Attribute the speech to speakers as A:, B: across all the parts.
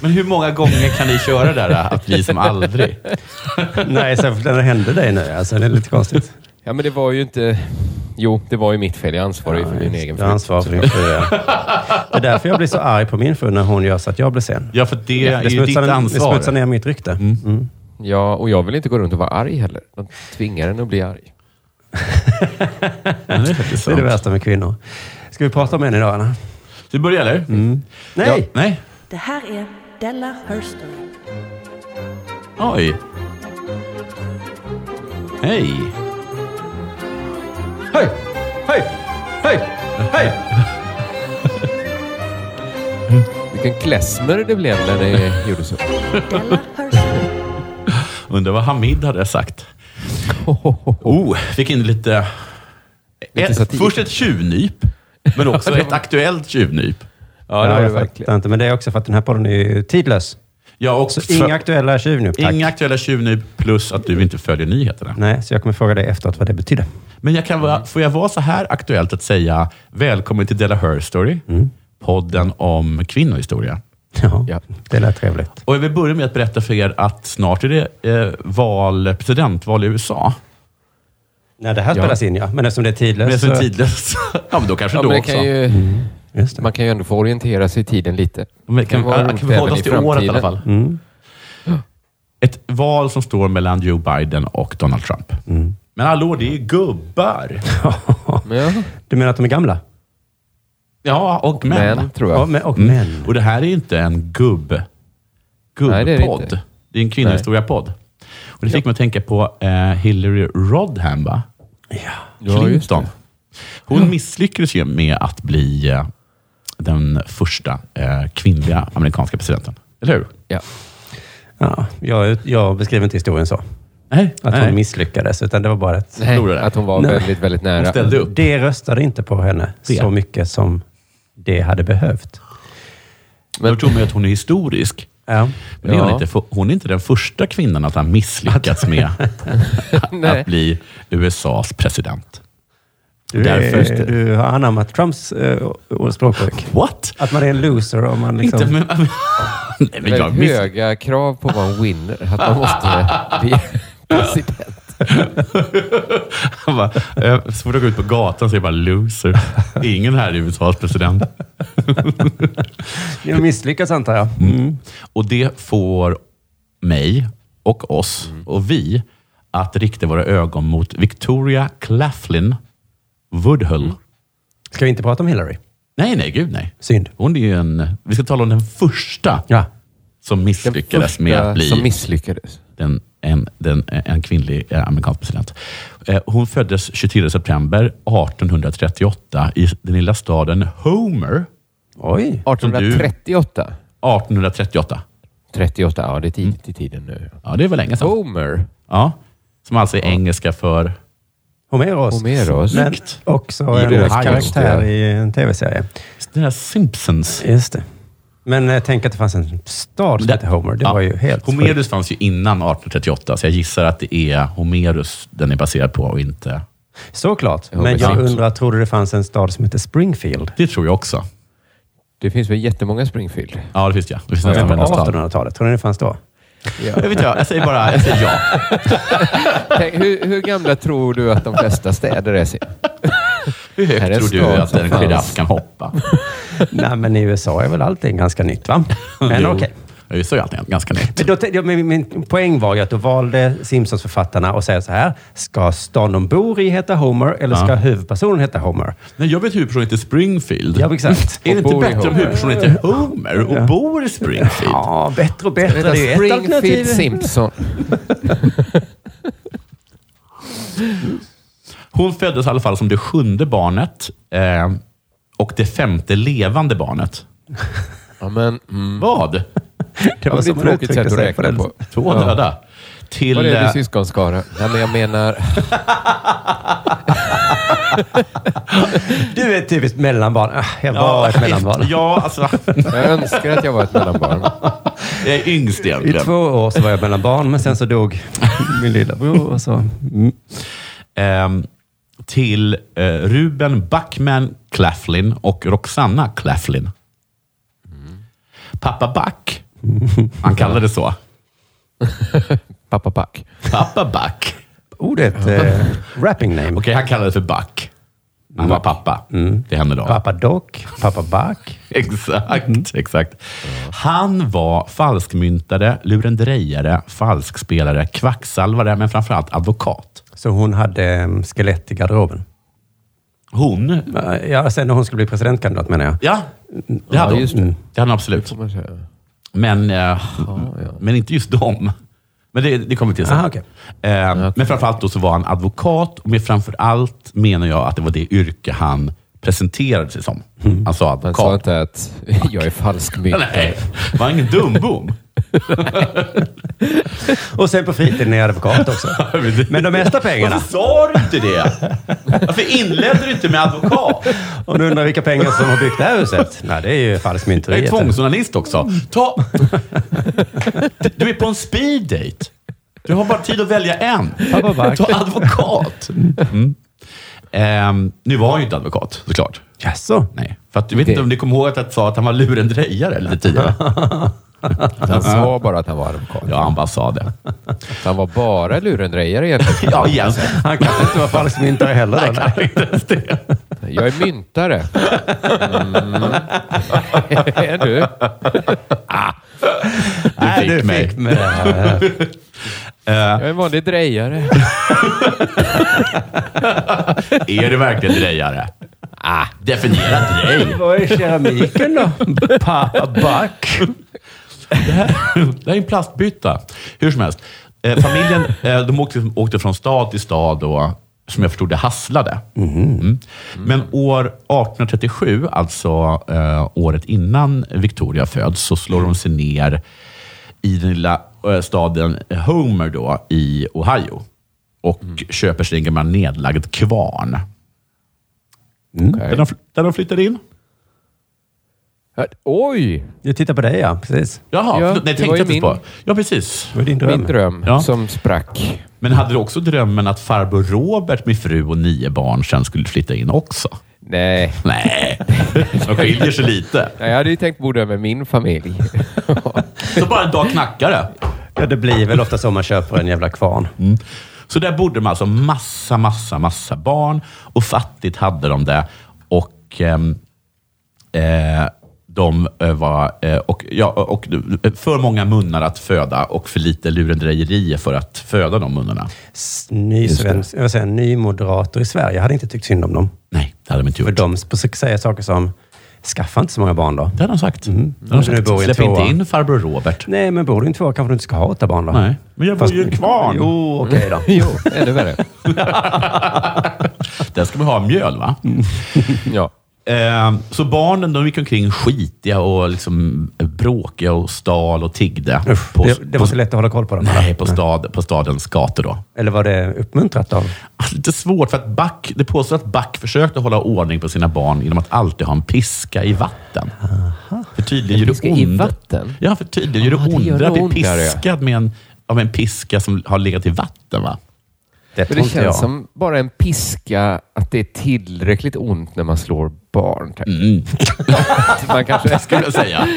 A: Men hur många gånger kan ni köra det där att vi som aldrig?
B: Nej, särskilt när det hände dig nu. Alltså, det är lite konstigt.
C: Ja, men det var ju inte... Jo, det var ju mitt fel. Jag ansvarar ju för min egen
B: Jag har ansvar för din fru. ja. Det är därför jag blir så arg på min fru när hon gör så att jag blir sen.
A: Ja, för det är ju
B: Det
A: ditt
B: smutsar, ner- det
A: ansvar.
B: smutsar ner mitt rykte. Mm.
C: Ja, och jag vill inte gå runt och vara arg heller. De tvingar en att bli arg.
A: Ja, det är faktiskt
B: Det är
A: sant.
B: det värsta med kvinnor. Ska vi prata om en idag, Anna?
A: Vi börjar, eller?
B: Mm. Nej!
A: Nej?
D: Det här är Della Herstory.
A: Oj. Hej.
B: Hej! Hej! Hej! Hej!
C: Vilken klezmer det blev när det gjorde så.
D: Della Herstory.
A: Undrar vad Hamid hade sagt. Oh, fick in lite...
C: Lite
A: ett,
C: satir.
A: först ett tjuvnyp, men också ett aktuellt tjuvnyp.
C: Ja,
B: Ja,
C: det var det
B: jag fattar
C: verkligen.
B: inte, men det är också för att den här podden är ju tidlös.
A: Ja, och
B: Så
A: för-
B: inga aktuella tjuvnyp, tack.
A: inga aktuella tjuvnyp plus att du inte följer nyheterna.
B: Nej, så jag kommer fråga dig efteråt vad det betyder.
A: Men jag kan, vara- får jag vara så här aktuellt att säga välkommen till Della Her Story, podden om kvinnohistoria.
B: Ja,
C: Ja.
B: det lät trevligt.
A: Och jag vill börja med att berätta för er att snart är det eh, val, presidentval i USA.
B: Nej, det här
C: Ja.
B: spelas in ja, men eftersom det är tidlöst
A: Men det är så
B: så-
A: tidlöst. ja, men då kanske
C: Ja,
A: då
C: men det
A: också.
C: kan ju,
B: Just det.
C: man kan ju ändå få orientera sig i tiden lite.
A: Men det kan,
C: vara
A: kan,
C: roligt
A: vi hålla oss
C: även
A: till året i alla fall.
B: Mm.
A: Ett val som står mellan Joe Biden och Donald Trump. Men hallå, det är ju gubbar.
C: Ja,
B: Du menar att de är gamla?
A: Ja, och män.
C: men, tror
B: Ja,
C: jag.
B: men, och
A: Mm.
B: män.
A: Och det här är inte en gubb,
C: Nej, det är det
A: gubbpodd. det,
C: inte.
A: är en kvinnohistoria-podd. Och det fick mig att tänka på eh, Hillary Rodham, va?
C: Ja, just
A: Clinton. Hon misslyckades ju med att bli eh, den första eh, kvinnliga amerikanska presidenten. Eller hur?
C: Ja.
B: Ja, jag, jag beskriver inte historien så,
A: Nej.
B: att
A: nej.
B: hon misslyckades, utan det var bara ett...
C: Nej,
A: Förlorade.
C: att hon var
B: Nej.
C: väldigt, väldigt
A: Hon
C: nära.
A: ställde upp.
B: Det röstade inte på henne
A: Det.
B: så mycket som det hade behövt.
A: Men... Jag tror mig att hon är historisk.
B: Ja.
A: Men det är hon,
C: Ja.
A: inte, för hon är inte den första kvinnan att ha misslyckats med
C: Nej.
A: att bli USAs president.
B: Du,
A: Därför-
B: är, du har anammat Trumps eh, ord- språkbruk.
A: What?
B: Att man är en loser om man liksom...
A: Inte, men, nej, men jag
C: Väldigt
A: miss...
C: höga krav på att vara en winner. Att man måste bli president.
A: Han bara, eh, så fort jag går ut på gatan så är jag bara loser. Ingen här är USAs president.
B: Jag misslyckas antar jag.
A: Och det får mig och oss och vi att rikta våra ögon mot Victoria Claflin Woodhull.
B: Ska vi inte prata om Hillary?
A: Nej, nej, gud nej.
B: Synd.
A: Hon är ju en... Vi ska tala om den första
B: Ja.
A: som
C: Den
A: misslyckades
C: första
A: med att bli
C: Som misslyckades.
A: den, en, den, en kvinnlig eh, amerikansk president. Eh, Hon föddes 23 september 1838 i den lilla staden Homer.
B: Oj.
C: 1838.
A: 1838.
C: 38, ja det är tidigt i tiden nu.
A: Ja, det var länge sedan.
C: Mm. Homer.
A: Oh. Ja, som alltså är engelska för...
B: Homeros.
C: Homeros.
B: Men också en
A: Ohio.
B: karaktär i en tv-serie.
A: Den här Simpsons.
B: Just det. Men eh, tänk att det fanns en stad som hette Homer. Det
A: Ja.
B: var ju helt sjukt.
A: Homerus fanns ju innan 1838, så jag gissar att det är Homerus den är baserad på och inte...
B: Såklart.
C: Homer
B: Men jag
C: Simpson.
B: undrar, tror du det fanns en stad som hette Springfield?
A: Det tror jag också.
C: Det finns väl jättemånga Springfield?
A: Ja, det finns jag. Det finns
B: Men
A: nästan
B: på
A: varenda stad.
B: 1800-talet? Tror ni det fanns då?
A: Jag, vet jag, jag säger bara jag säger ja.
C: Tänk, hur, hur gamla tror du att de flesta städer är? Sen?
A: Hur
C: Här är
A: högt tror du
C: stad
A: att
C: som
A: en
C: fanns.
A: giraff kan hoppa?
B: Nej, men i USA är väl allting ganska nytt, va? Men
A: Jo.
B: okej.
A: Ja, så är allting ganska nytt.
B: Men då, tänkte jag- men min poäng var ju att då valde Simpsons-författarna att säga så här. Ska stan de bor i heta Homer eller ska
A: Ja.
B: huvudpersonen heta Homer?
A: Nej, jag vet huvudpersonen heter Springfield.
B: Ja, exakt.
A: Är det
C: Och
A: inte
C: bor i
A: bättre om
C: Homer.
A: huvudpersonen heter Homer och bor i Springfield?
B: Ja, bättre och bättre. Det är ju ett alternativ.
C: Springfield Simpson.
A: Hon föddes i alla fall som det sjunde barnet eh, och det femte levande barnet.
C: Ja, men, mm.
A: Vad?
B: Det
C: ja, men det är
B: som
C: ett
B: man
C: tråkigt
B: uttryckte
C: sätt att
B: sig på
C: räkna
B: den.
C: på.
A: Två döda. Till,
C: Var är
A: eh,
C: det syskonskara? Ja, men jag menar...
B: Du är ett typiskt mellanbarn. Ah, Jag var
A: ja,
B: ett mellanbarn.
A: Ja, alltså.
C: Jag önskar att jag var ett mellanbarn.
A: Jag är yngst
B: I
A: egentligen.
B: två år så var jag mellanbarn, men sen så dog min lillebror. Och så. Mm.
A: Ehm, till eh,
B: Mm.
A: Ruben Backman Claflin och Roxanna Claflin. Pappa Back. Han kallade det så.
C: Pappa Back.
A: Pappa Back.
B: Oh, det är ett eh, rapping name.
A: Okej, han kallade det för Back. Han var pappa. Det hände då.
B: Pappa Doc, Pappa Back.
A: Exakt, exakt. Han var falskmyntare, lurendrejare, falskspelare, kvacksalvare, men framförallt advokat.
B: Så hon hade eh, skelett i garderoben.
A: Hon,
B: Eh, Ja, sen när hon skulle bli presidentkandidat menar jag.
A: ja, det hade hon.
C: just
A: Det.
B: det.
A: hade hon absolut.
C: Får man säga.
A: Men, eh,
C: ja.
A: men inte just dem. Men det, det kommer vi till sen.
B: Aha, okej.
A: Eh, Men framförallt då så var han advokat. Och med framförallt menar jag att det var det yrke han presenterade sig som. Han sa
C: Han sa
A: advokat.
C: inte att jag är falsk
A: Nej, var ingen dumbom.
B: Och sen på fritiden är jag advokat också. Men de mesta pengarna.
A: Varför sa du inte det? Varför inledde du inte med advokat?
B: Om du undrar vilka pengar som har byggt det här huset? Nej, det är ju
A: Jag är
B: falskmynteriet.
A: tvångsjournalist också. Ta... Du är på en speed date. Du har bara tid att välja en.
B: Pappa Back.
A: Ta advokat. Mm. Ehm, nu var han ju inte advokat, såklart.
B: Jaså?
A: Nej, för att du vet inte om ni kommer ihåg att jag sa att han var lurendrejare lite tidigare.
C: Han sa bara att han var advokat.
A: Ja, han bara sa det.
C: Han var bara lurendrejare egentligen.
A: Ja, egentligen.
B: Han kanske inte var falskmyntare heller då?
A: Han kan inte ens det.
C: Jag är myntare. Mm. är du?
A: Du fick mig.
B: fick mig.
C: Jag är en vanlig drejare.
A: Är du verkligen drejare? Ah, definiera drej.
B: Vad är keramiken då? Pappa Back.
A: Det här är en plastbytta. Hur som helst. Eh, familjen eh, de åkte, åkte från stad till stad och, som jag förstod det, hasslade. Mm. Men år 1837, alltså eh, året innan Victoria föds, så slår de sig ner i den lilla eh, staden Homer då, i Ohio och köper sig en gammal nedlagd kvarn. Där, de, där de flyttade in.
C: Ja, Oj!
B: Jag tittar på dig ja, precis.
A: Jaha,
C: Ja,
A: förlåt, nej,
C: det
A: tänkte
C: var ju
A: jag inte på.
C: min.
A: Ja, precis.
B: Det var din dröm.
C: Min dröm
A: Ja.
C: som sprack.
A: Men hade du också drömmen att farbror Robert med fru och nio barn sen skulle flytta in också?
C: Nej.
A: Nej, de skiljer sig lite.
C: Nej, Jag hade ju tänkt bo där med min familj.
A: Så bara en dag knackar det. Mm.
B: Ja, det blir väl ofta så man köper en jävla kvarn.
A: Så där bodde de alltså massa, massa, massa barn och fattigt hade de det. Och ehm, eh, de eh, var... Eh, och, ja, och eh, för många munnar att föda och för lite lurendrejerier för att föda de munnarna.
B: S- Ny svensk, jag vill säga, nymoderater i Sverige Jag hade inte tyckt synd om dem.
A: Nej, det hade de inte
B: För
A: gjort.
B: de sp- säger saker som, skaffa inte så många barn då.
A: Det hade de sagt. Det hade de
B: Nu bor
A: sagt.
B: vi i en
A: Släpp inte
B: tvåa.
A: in farbror Robert.
B: Nej, men bor du i en tvåa kanske du inte ska ha åtta barn då.
A: Nej, men jag bor ju i en kvarn.
B: Jo, okej då.
C: jo, ännu värre.
A: Där ska man ha mjöl va?
C: Ja.
A: Eh, så barnen de gick omkring skitiga och liksom bråkiga och stal och tiggde.
B: Usch,
A: på,
B: det, det var så lätt att hålla koll på dem.
A: nej,
B: eller?
A: på, stad, på stadens gator då.
B: Eller var det uppmuntrat av?
A: Alltså, lite svårt för att Back, det påstås att Back försökte hålla ordning på sina barn genom att alltid ha en piska i vatten. För tydligen gör det
C: piska i
A: ont.
C: vatten?
A: Ja, för tydligen gör
C: Ah,
A: det
C: det gör
A: ondare att bli
C: ont, gör det.
A: piskad med en, av en piska som har legat i vatten va?
B: Det
C: Men
B: tror
C: det
B: inte jag.
C: känns som bara en piska att det är tillräckligt ont när man slår barn. tänker jag. Man, kanske,
A: Skulle jag säga.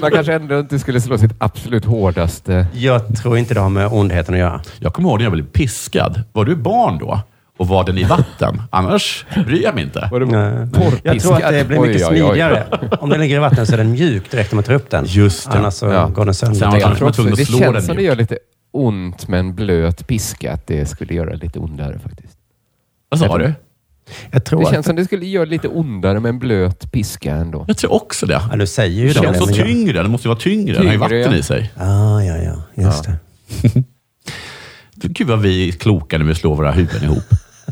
C: man kanske ändå inte skulle slå sitt absolut hårdaste.
B: Jag tror inte det har med ondheten att göra.
A: Jag kommer ihåg när jag blev piskad. Var du barn då? Och var den i vatten? Annars bryr jag mig inte.
C: Var det
B: Nej.
C: porrpiskad?
B: Jag tror att det blir
C: Oj,
B: mycket
C: oj, oj.
B: smidigare. Om den ligger i vatten så är den mjuk direkt när man tar upp den.
A: Just det.
B: Annars så
C: Ja.
B: går den sönder.
A: Sen var
C: Jag
A: man
C: tror också,
A: tvungen att
C: det
A: slå den
C: känns som det
A: mjuk.
C: gör lite ont med en blöt piska, att det skulle göra lite ondare faktiskt.
A: Vad sa du?
B: Jag tror
C: Det
B: att...
C: känns som det skulle göra lite ondare med en blöt piska ändå.
A: Jag tror också det.
B: Ja, du säger ju
A: Det
B: de
A: känns så
B: men jag-
A: tyngre. Det måste ju vara tyngre. Den har ju
C: Tyngre,
A: vatten
C: ja.
A: i sig.
B: Ah, ja, ja. Just det.
A: Gud vad vi är kloka när vi slår våra huvuden ihop.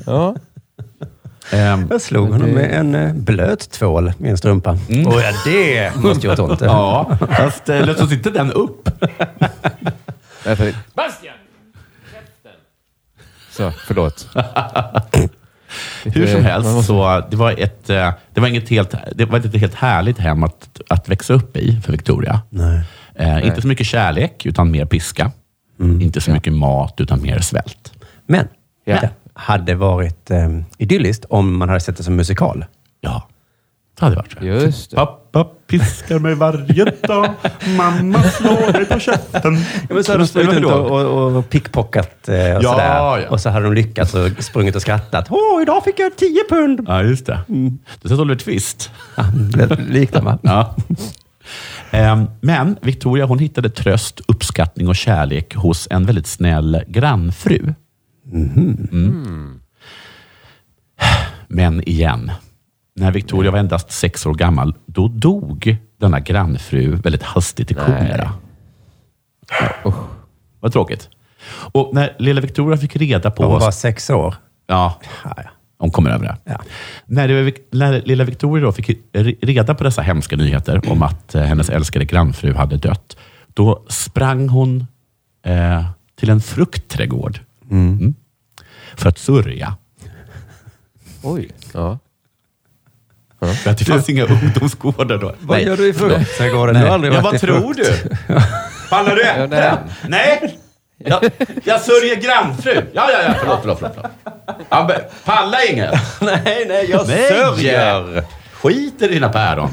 C: Ja.
A: Ehm,
B: Jag slog honom med en eh, blöt tvål i en strumpa.
A: Mm.
B: Och ja, det måste gjort ont.
A: ja, fast eh, löstes inte den upp?
C: Därför... Bastian! Så, förlåt.
A: Hur som
C: Man
A: helst,
C: måste-
A: så det var, ett, eh, det var inget helt, det var inte ett helt härligt hem att, att växa upp i för Victoria.
B: Nej.
A: Eh, inte så mycket kärlek, utan mer piska. Inte så mycket mat, utan mer svält.
B: Men
C: Ja.
B: det hade varit eh, idylliskt om man hade sett det som musikal.
A: Ja. Det hade varit så. här.
C: Just det.
A: Pappa piskar mig varje dag. Mamma slår mig på käften.
B: Ja, men så hade de sprungit runt och, och, och pickpockat eh, och
A: Ja,
B: sådär.
A: ja.
B: Och så hade de lyckats och sprungit och skrattat. Åh, idag fick jag 10 pund!
A: Ja, just det. Du sa Oliver Twist.
B: Liknar man.
A: Ja. Ehm, Men Victoria hon hittade tröst, uppskattning och kärlek hos en väldigt snäll grannfru. Mm. Men igen, när Victoria var endast sex år gammal, då dog denna grannfru väldigt hastigt i kolera. Vad tråkigt. Och när lilla Victoria fick reda på...
B: Och hon var sex år.
A: Ja, hon kommer över det.
B: Ja.
A: När, det, när lilla Victoria då fick re- reda på dessa hemska nyheter
B: Mm.
A: om att eh, hennes älskade grannfru hade dött, då sprang hon eh, till en fruktträdgård Mm. för att sörja.
C: Oj. Ja.
A: För att det fanns inga ungdomsgårdar då.
B: Vad
A: Nej.
B: gör du i fruktträdgården? Du har aldrig
A: Ja,
B: varit i
A: vad tror
B: frukt.
A: du? Pallar du
C: Ja,
A: äta
C: nej.
A: den? Nej! Jag, jag sörjer grannfru. Ja, ja, ja. Förlåt, förlåt, förlåt. förlåt. Ja, men Palla inget.
B: Nej, nej, jag
A: Nej!
B: sörjer.
A: Skit i dina päron.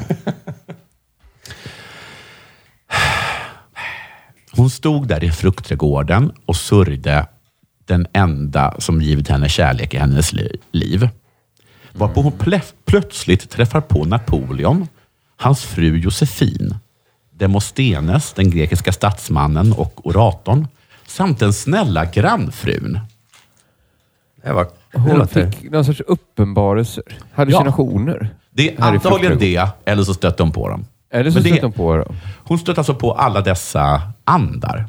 A: Hon stod där i fruktträdgården och sörjde den enda som givit henne kärlek i hennes li- liv. Varpå hon plef- plötsligt träffar på Napoleon, hans fru Josefin, Demosthenes, den grekiska statsmannen och oratorn, samt den snälla grannfrun.
B: Det var, det
C: Hon
B: låter,
C: fick någon sorts uppenbarelser. Hallucinationer.
A: Det är
C: Här i
A: antagligen
C: fruktträdgården.
A: det, eller så stötte hon på dem.
C: Eller så
A: Men det-
C: stötte hon på dem.
A: Hon stötte alltså på alla dessa andar.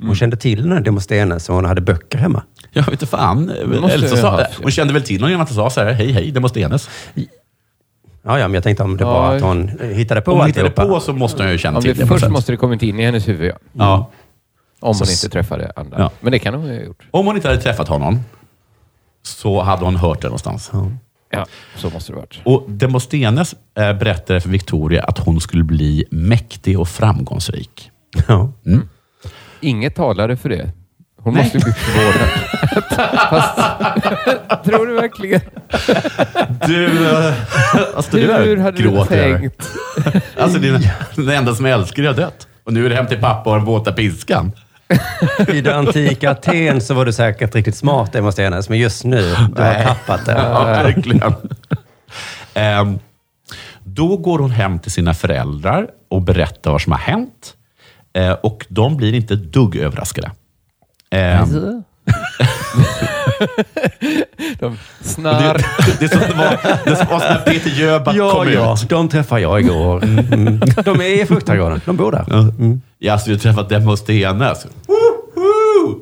B: hon kände till den här Demosthenes, så hon hade böcker hemma.
A: Jag vet inte fan.
C: måste
A: Eller så
C: jag ha
A: sa,
C: haft.
A: hon kände väl till någon genom att hon sa så här, hej hej, Demosthenes.
B: Ja, ja, men jag tänkte om det
C: Ja,
B: var att
C: ja.
B: hon hittade på
A: Om hon hittade
B: alltihopa.
A: på så måste hon ju känna
C: Ja,
A: till
C: men
A: det. på
C: först
A: sätt.
C: måste det kommit in i hennes huvud, ja.
A: Ja.
C: Om
A: Så
C: hon
A: s-
C: inte träffade andra.
A: Ja.
C: Men det kan hon ju ha gjort.
A: Om hon inte hade träffat honom så hade hon hört det någonstans.
C: Ja, så måste det varit.
A: Och Demosthenes eh, berättade för Victoria att hon skulle bli mäktig och framgångsrik.
B: Ja.
C: Inget talade för det. Hon måste ju bli förvånad. Fast, tror du verkligen?
A: Du, eh, vad står du
C: Hur
A: där
C: hade du
A: gråter över?
C: tänkt?
A: Alltså, din, den enda som jag älskar har dött. Och nu är det hem till pappa och den våta piskan.
B: I det antika Aten så var du säkert riktigt smart, Demosthenes, men just nu, du har tappat det.
A: Ja, verkligen. Ehm, då går hon hem till sina föräldrar och berättar vad som har hänt. Eh, och de blir inte ett dugg överraskade. Ehm,
B: Alltså,
C: De
A: det,
C: snar.
A: det är som det var, det som var när Peter Jöback
B: Ja,
A: kom
B: ja,
A: ut.
B: de träffade jag igår. Mm. De är i fruktträdgården. De bor där.
A: Ja, så du har träffat Demosthenes. Woho!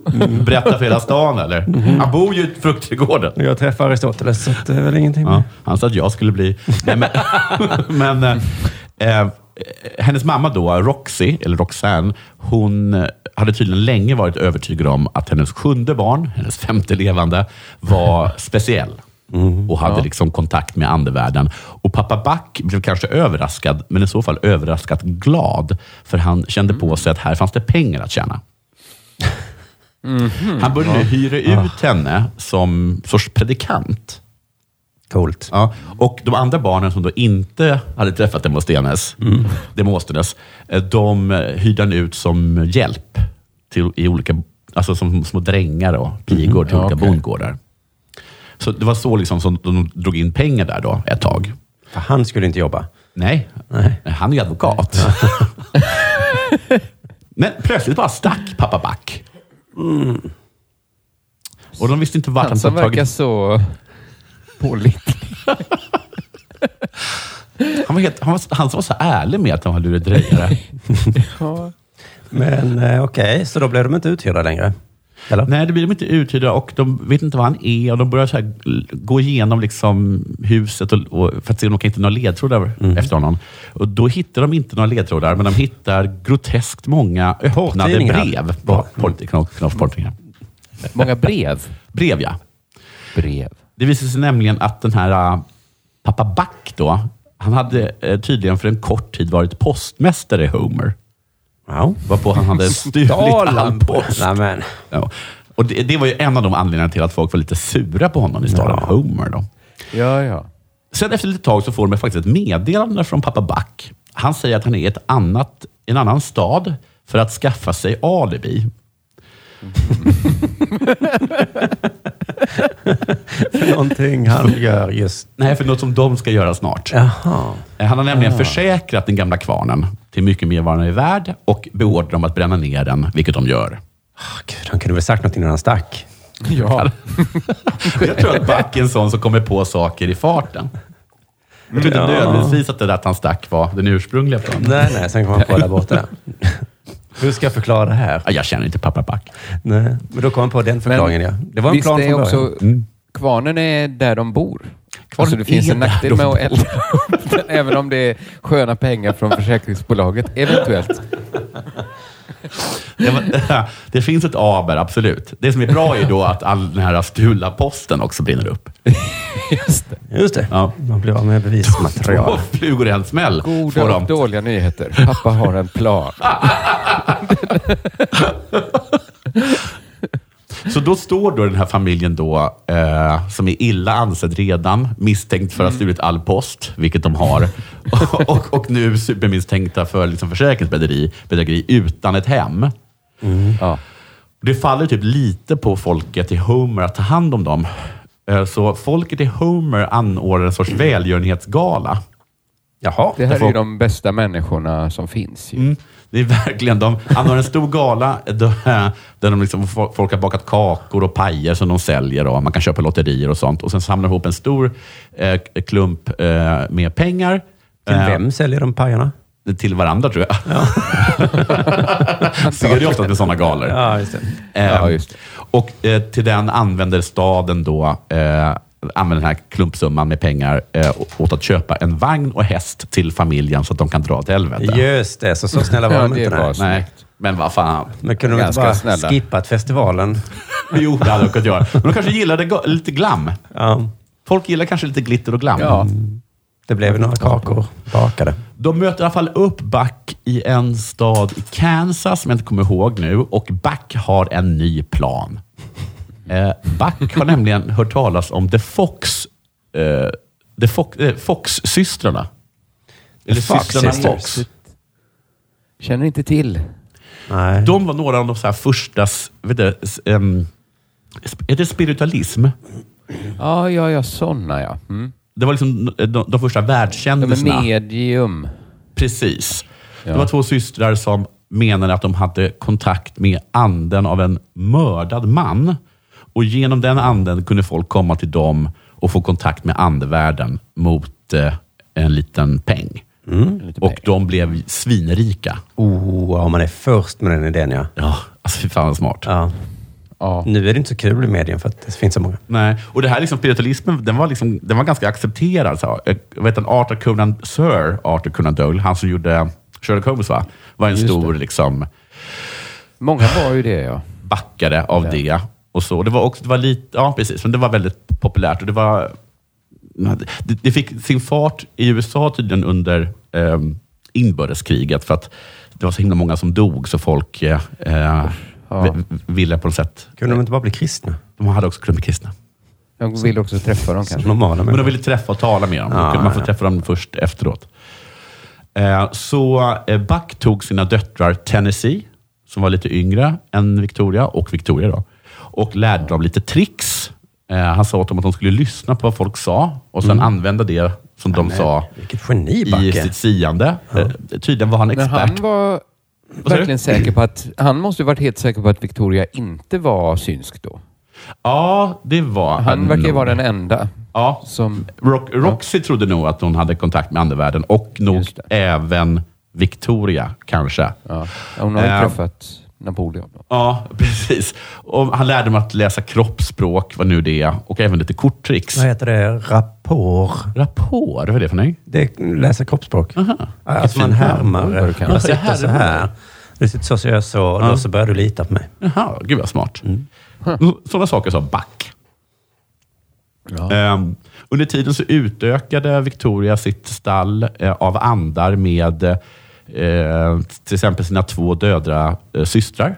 A: alltså.
B: Mm.
A: Berätta för hela stan eller? Han bor ju i fruktträdgården.
B: Jag träffade Aristoteles, så det är väl ingenting.
A: Ja, han sa att jag skulle bli... Nej, men men eh, eh, hennes mamma då, Roxy, eller Roxanne, hon eh, hade tydligen länge varit övertygad om att hennes sjunde barn, hennes femte levande, var speciell. Och hade liksom kontakt med andevärlden. Och pappa Back blev kanske överraskad, men i så fall överraskat glad. För han kände på sig att här fanns det pengar att tjäna. Han började nu hyra ut henne som sorts predikant.
B: Coolt.
A: Ja, och de andra barnen som då inte hade träffat Demosthenes, Demosthenes, eh, de eh, hyrde han ut som hjälp till, i olika, alltså som små drängar och pigor till
C: Mm, Ja,
A: olika
C: okej.
A: bondgårdar. Så det var så liksom som de drog in pengar där då, ett tag.
B: För han skulle inte jobba.
A: Nej,
B: Nej.
A: han är ju advokat. Men plötsligt bara stack pappa Back. Och de visste inte vart
C: Mm. Han
A: han,
C: som
A: hade tagit
C: verkar så pålitlig.
A: Han var, helt, han, var, han var så ärlig med att han var lurendrejare.
C: Ja.
B: Men eh, okej, så då blev de inte uthyrda längre? Eller?
A: Nej, det blir de inte uthyrda och de vet inte vad han är och de börjar så här l- gå igenom liksom huset och, och för att se om de kan hitta några ledtrådar efter honom. Och då hittar de inte några ledtrådar, men de hittar groteskt många öppnade
B: Porrtidningar.
A: brev. Ja, porr- knas- Knasporrtidningar.
C: Många brev.
A: Brev, ja.
C: Brev.
A: Det visar sig nämligen att den här äh, pappa Back då, han hade eh, tydligen för en kort tid varit postmästare i Homer.
B: Ja.
A: Varpå han hade stulit all post.
B: Nej, men.
A: Ja. Och det, det var ju en av de anledningarna till att folk var lite sura på honom i staden Homer. Då.
C: Ja, ja.
A: Sen efter lite tag så får de faktiskt ett meddelande från pappa Back. Han säger att han är i ett annat, en annan stad för att skaffa sig alibi.
B: För någonting han gör just...
A: Nej, för något som de ska göra snart.
B: Jaha.
A: Eh, Han har nämligen försäkrat den gamla kvarnen till mycket mer vad den är värd och beordrar dem att bränna ner den, vilket de gör.
B: Ah, Gud, han kunde väl sagt någonting när han stack.
C: Ja.
A: Jag tror att Back är en sån som kommer på saker i farten. Jag tror inte nödvändigtvis att det där att han stack var den ursprungliga planen.
B: Nej, nej, sen kom han på där borta. Hur ska jag förklara det här?
A: Ja, Jag känner inte pappa Back.
B: Nej. Men då kom han på den förklaringen, ja. Det var en
C: Visst
B: plan
C: är
B: från början.
C: också, Kvarnen är där de bor. alltså det finns
A: Mm. är
C: en
A: där
C: nackdel
A: de
C: med att elda upp den, även om det är sköna pengar från försäkringsbolaget, eventuellt.
A: Det, var- det finns ett aber, absolut. Det som är bra är då att all den här stulna posten också brinner upp.
C: Just det.
B: Just det.
A: Ja.
B: Man blir av med
A: Två
B: bevismaterial.
A: flugor i en smäll får
C: Goda och
A: de.
C: dåliga nyheter. Pappa har en plan.
A: Så då står då den här familjen då, eh, som är illa ansedd redan, misstänkt för att ha stulit all post, vilket de har, och, och, och nu supermisstänkta för liksom försäkringsbedrägeri bedrägeri utan ett hem. Mm.
C: Ja.
A: Det faller typ lite på folket i Homer att ta hand om dem. Eh, Så folket i Homer anordnar en sorts välgörenhetsgala.
B: Jaha.
C: Det här är
A: får-
C: ju de bästa människorna som finns. Ju.
A: Mm. Det är verkligen de. Han har en stor gala eh, då, eh, där de liksom, fo- folk har bakat kakor och pajer som de säljer och man kan köpa lotterier och sånt. Och sen samlar de ihop en stor eh, k- klump eh, med pengar.
B: Till
A: eh,
B: vem säljer de pajarna?
A: Till varandra tror jag. Så är det ofta med sådana galor.
B: Ja, just det.
A: Eh,
C: Ja, just det.
A: Och eh, till den använder staden då eh, använder den här klumpsumman med pengar eh, å- åt att köpa en vagn och häst till familjen så att de kan dra åt helvete.
B: Just det, så, så snälla var
C: Ja,
B: de
C: det
B: inte.
C: var
B: nej.
C: så.
A: Nej, men vad fan.
B: Men kunde de inte
C: Ganska
B: bara
C: snälla.
B: skippat festivalen?
A: Jo, det hade de kunnat göra. Men de kanske gillade go- lite glam.
B: Ja,
A: Folk gillar kanske lite glitter och glam.
C: Ja.
B: det blev några kakor bakade.
A: De möter i alla fall upp Back i en stad i Kansas, som jag inte kommer ihåg nu. Och Back har en ny plan. Eh, Back har nämligen hört talas om The Fox... Eh, The Fox, eh, Fox-systrarna. Eller
B: Fox
A: systrarna
B: Sisters.
A: Fox.
C: Känner inte till.
B: Nej.
A: De var några av de så här första... s- Vet du, s- ehm, sp- är det spiritualism?
C: Ja, ja, ja, sådana ja. Mm.
A: Det var liksom de, de första
C: De
A: världskändisarna.
C: är medium.
A: Precis.
C: Ja.
A: Det var två systrar som menade att de hade kontakt med anden av en mördad man. Och genom den anden kunde folk komma till dem och få kontakt med andevärlden mot eh, en liten peng.
C: Lite
A: Och de blev svinrika.
B: Oh, om man är först med den idén, ja.
A: Ja, alltså fy fan vad smart.
B: ja.
C: Ja.
B: Nu är det inte så kul i medien för att det finns så många.
A: Nej, och det här liksom, spiritualismen, den var, liksom, den var ganska accepterad. eh, Så. här. Jag vet en Arthur Conan, Sir Arthur Conan Doyle, han som gjorde Sherlock Holmes, va? var en stor liksom,
C: Många var ju det ja.
A: backade av det. Och så. Det var också, det var lite, ja precis, men det var väldigt populärt och det var... Det, det fick sin fart i USA tydligen under ehm, inbördeskriget för att det var så himla många som dog så folk eh, eh, v- v- ville på något sätt...
B: Kunde de inte bara bli kristna?
A: De hade också kunnat bli kristna.
C: Jag vill också träffa dem
B: Som
C: kanske.
B: normala
A: Men de
B: människor.
A: ville träffa och tala med dem. Då
B: Ja,
A: kunde man få
B: ja.
A: träffa dem först efteråt. Eh, Så eh, Buck tog sina döttrar Tennessee, som var lite yngre än Victoria, och Victoria då, och lärde dem lite tricks. Eh, Han sa åt dem att de skulle lyssna på vad folk sa och sen använda det som de sa
B: Vilket geni,
A: i
B: Backe.
A: sitt siande. Eh, Tydligen var han
C: Men han
A: expert.
C: var
A: du?
C: verkligen säker på att... Han måste ju varit helt säker på att Victoria inte var synsk då.
A: Ja, det var han.
C: Han verkar ju
A: nog.
C: vara den enda
A: Ja.
C: som...
A: Rock, Roxy trodde nog att hon hade kontakt med andevärlden och nog
C: Just det.
A: även Victoria kanske.
C: Ja, hon har ju
A: Eh.
C: träffat Napoleon. då.
A: Ja, precis. Och han lärde dem att läsa kroppsspråk, vad nu det är, och även lite korttricks.
B: Vad heter det? Rapport.
A: Rapport, vad är det för någonting?
B: Det är läsa kroppsspråk.
A: Aha.
B: Alltså man
A: Vilken fin
B: härmar.
C: vad du kan.
B: Man
A: Alltså,
B: sitter så
A: härmar.
B: här. Du sitter så, så gör jag så. Och då så börjar du lita på mig.
A: Jaha, gud vad smart.
C: Mm.
A: Mm, Sådana saker sa Back.
C: Ja.
A: Ehm, under tiden så utökade Victoria sitt stall eh, av andar med eh, till exempel sina två dödra eh, systrar.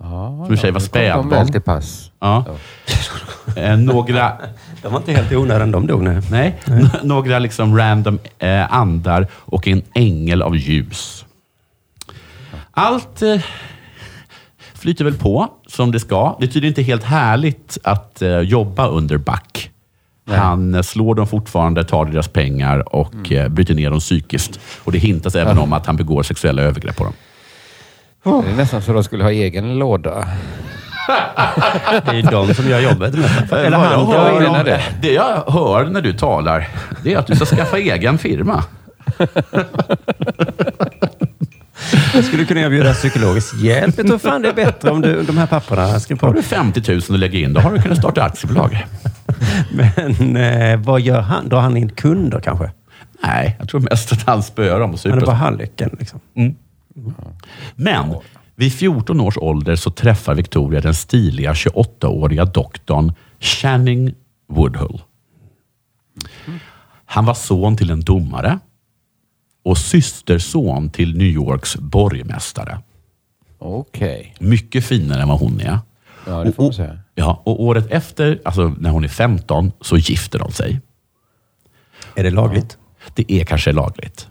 C: Ja,
A: som i och för sig var
C: De väl till
A: spädbarn.
C: pass.
A: Ja. Eh, Några
B: De var inte helt i onödan de dog nu.
A: Nej, några liksom random eh, andar och en ängel av ljus. Allt eh, flyter väl på som det ska. Det är tydligen inte helt härligt att eh, jobba under Back. Han eh, slår dem fortfarande, tar deras pengar och eh, bryter ner dem psykiskt. Och det hintas även om att han begår sexuella övergrepp på dem.
C: Det är nästan så de skulle ha egen låda.
B: Det är de som gör jobbet. Med. Eller
A: Eh, Vad
B: han
A: jag
C: drar
A: hör
C: in
A: om,
C: det.
A: det jag hör när du talar, det är att du ska skaffa egen firma.
B: Jag skulle kunna erbjuda psykologisk hjälp. Jag tror fan det är bättre om du, de här papperna skriver
A: Har
B: på.
A: du 50 000 att lägga in, då har du kunnat starta aktiebolag.
B: Men eh, vad gör han? Drar han in kunder kanske?
A: Nej, jag tror mest att han spöar dem och
B: Han är bara
A: super.
B: hallicken liksom.
A: Men vid 14 års ålder så träffar Victoria den stiliga 28-åriga doktorn Channing Woodhull. Han var son till en domare och systerson till New Yorks borgmästare.
C: Okej.
A: Mycket finare än vad hon är.
C: Ja, det får man säga.
A: Ja, och året efter, alltså när hon är 15, så gifter de sig.
B: Är det lagligt?
A: Det är kanske lagligt.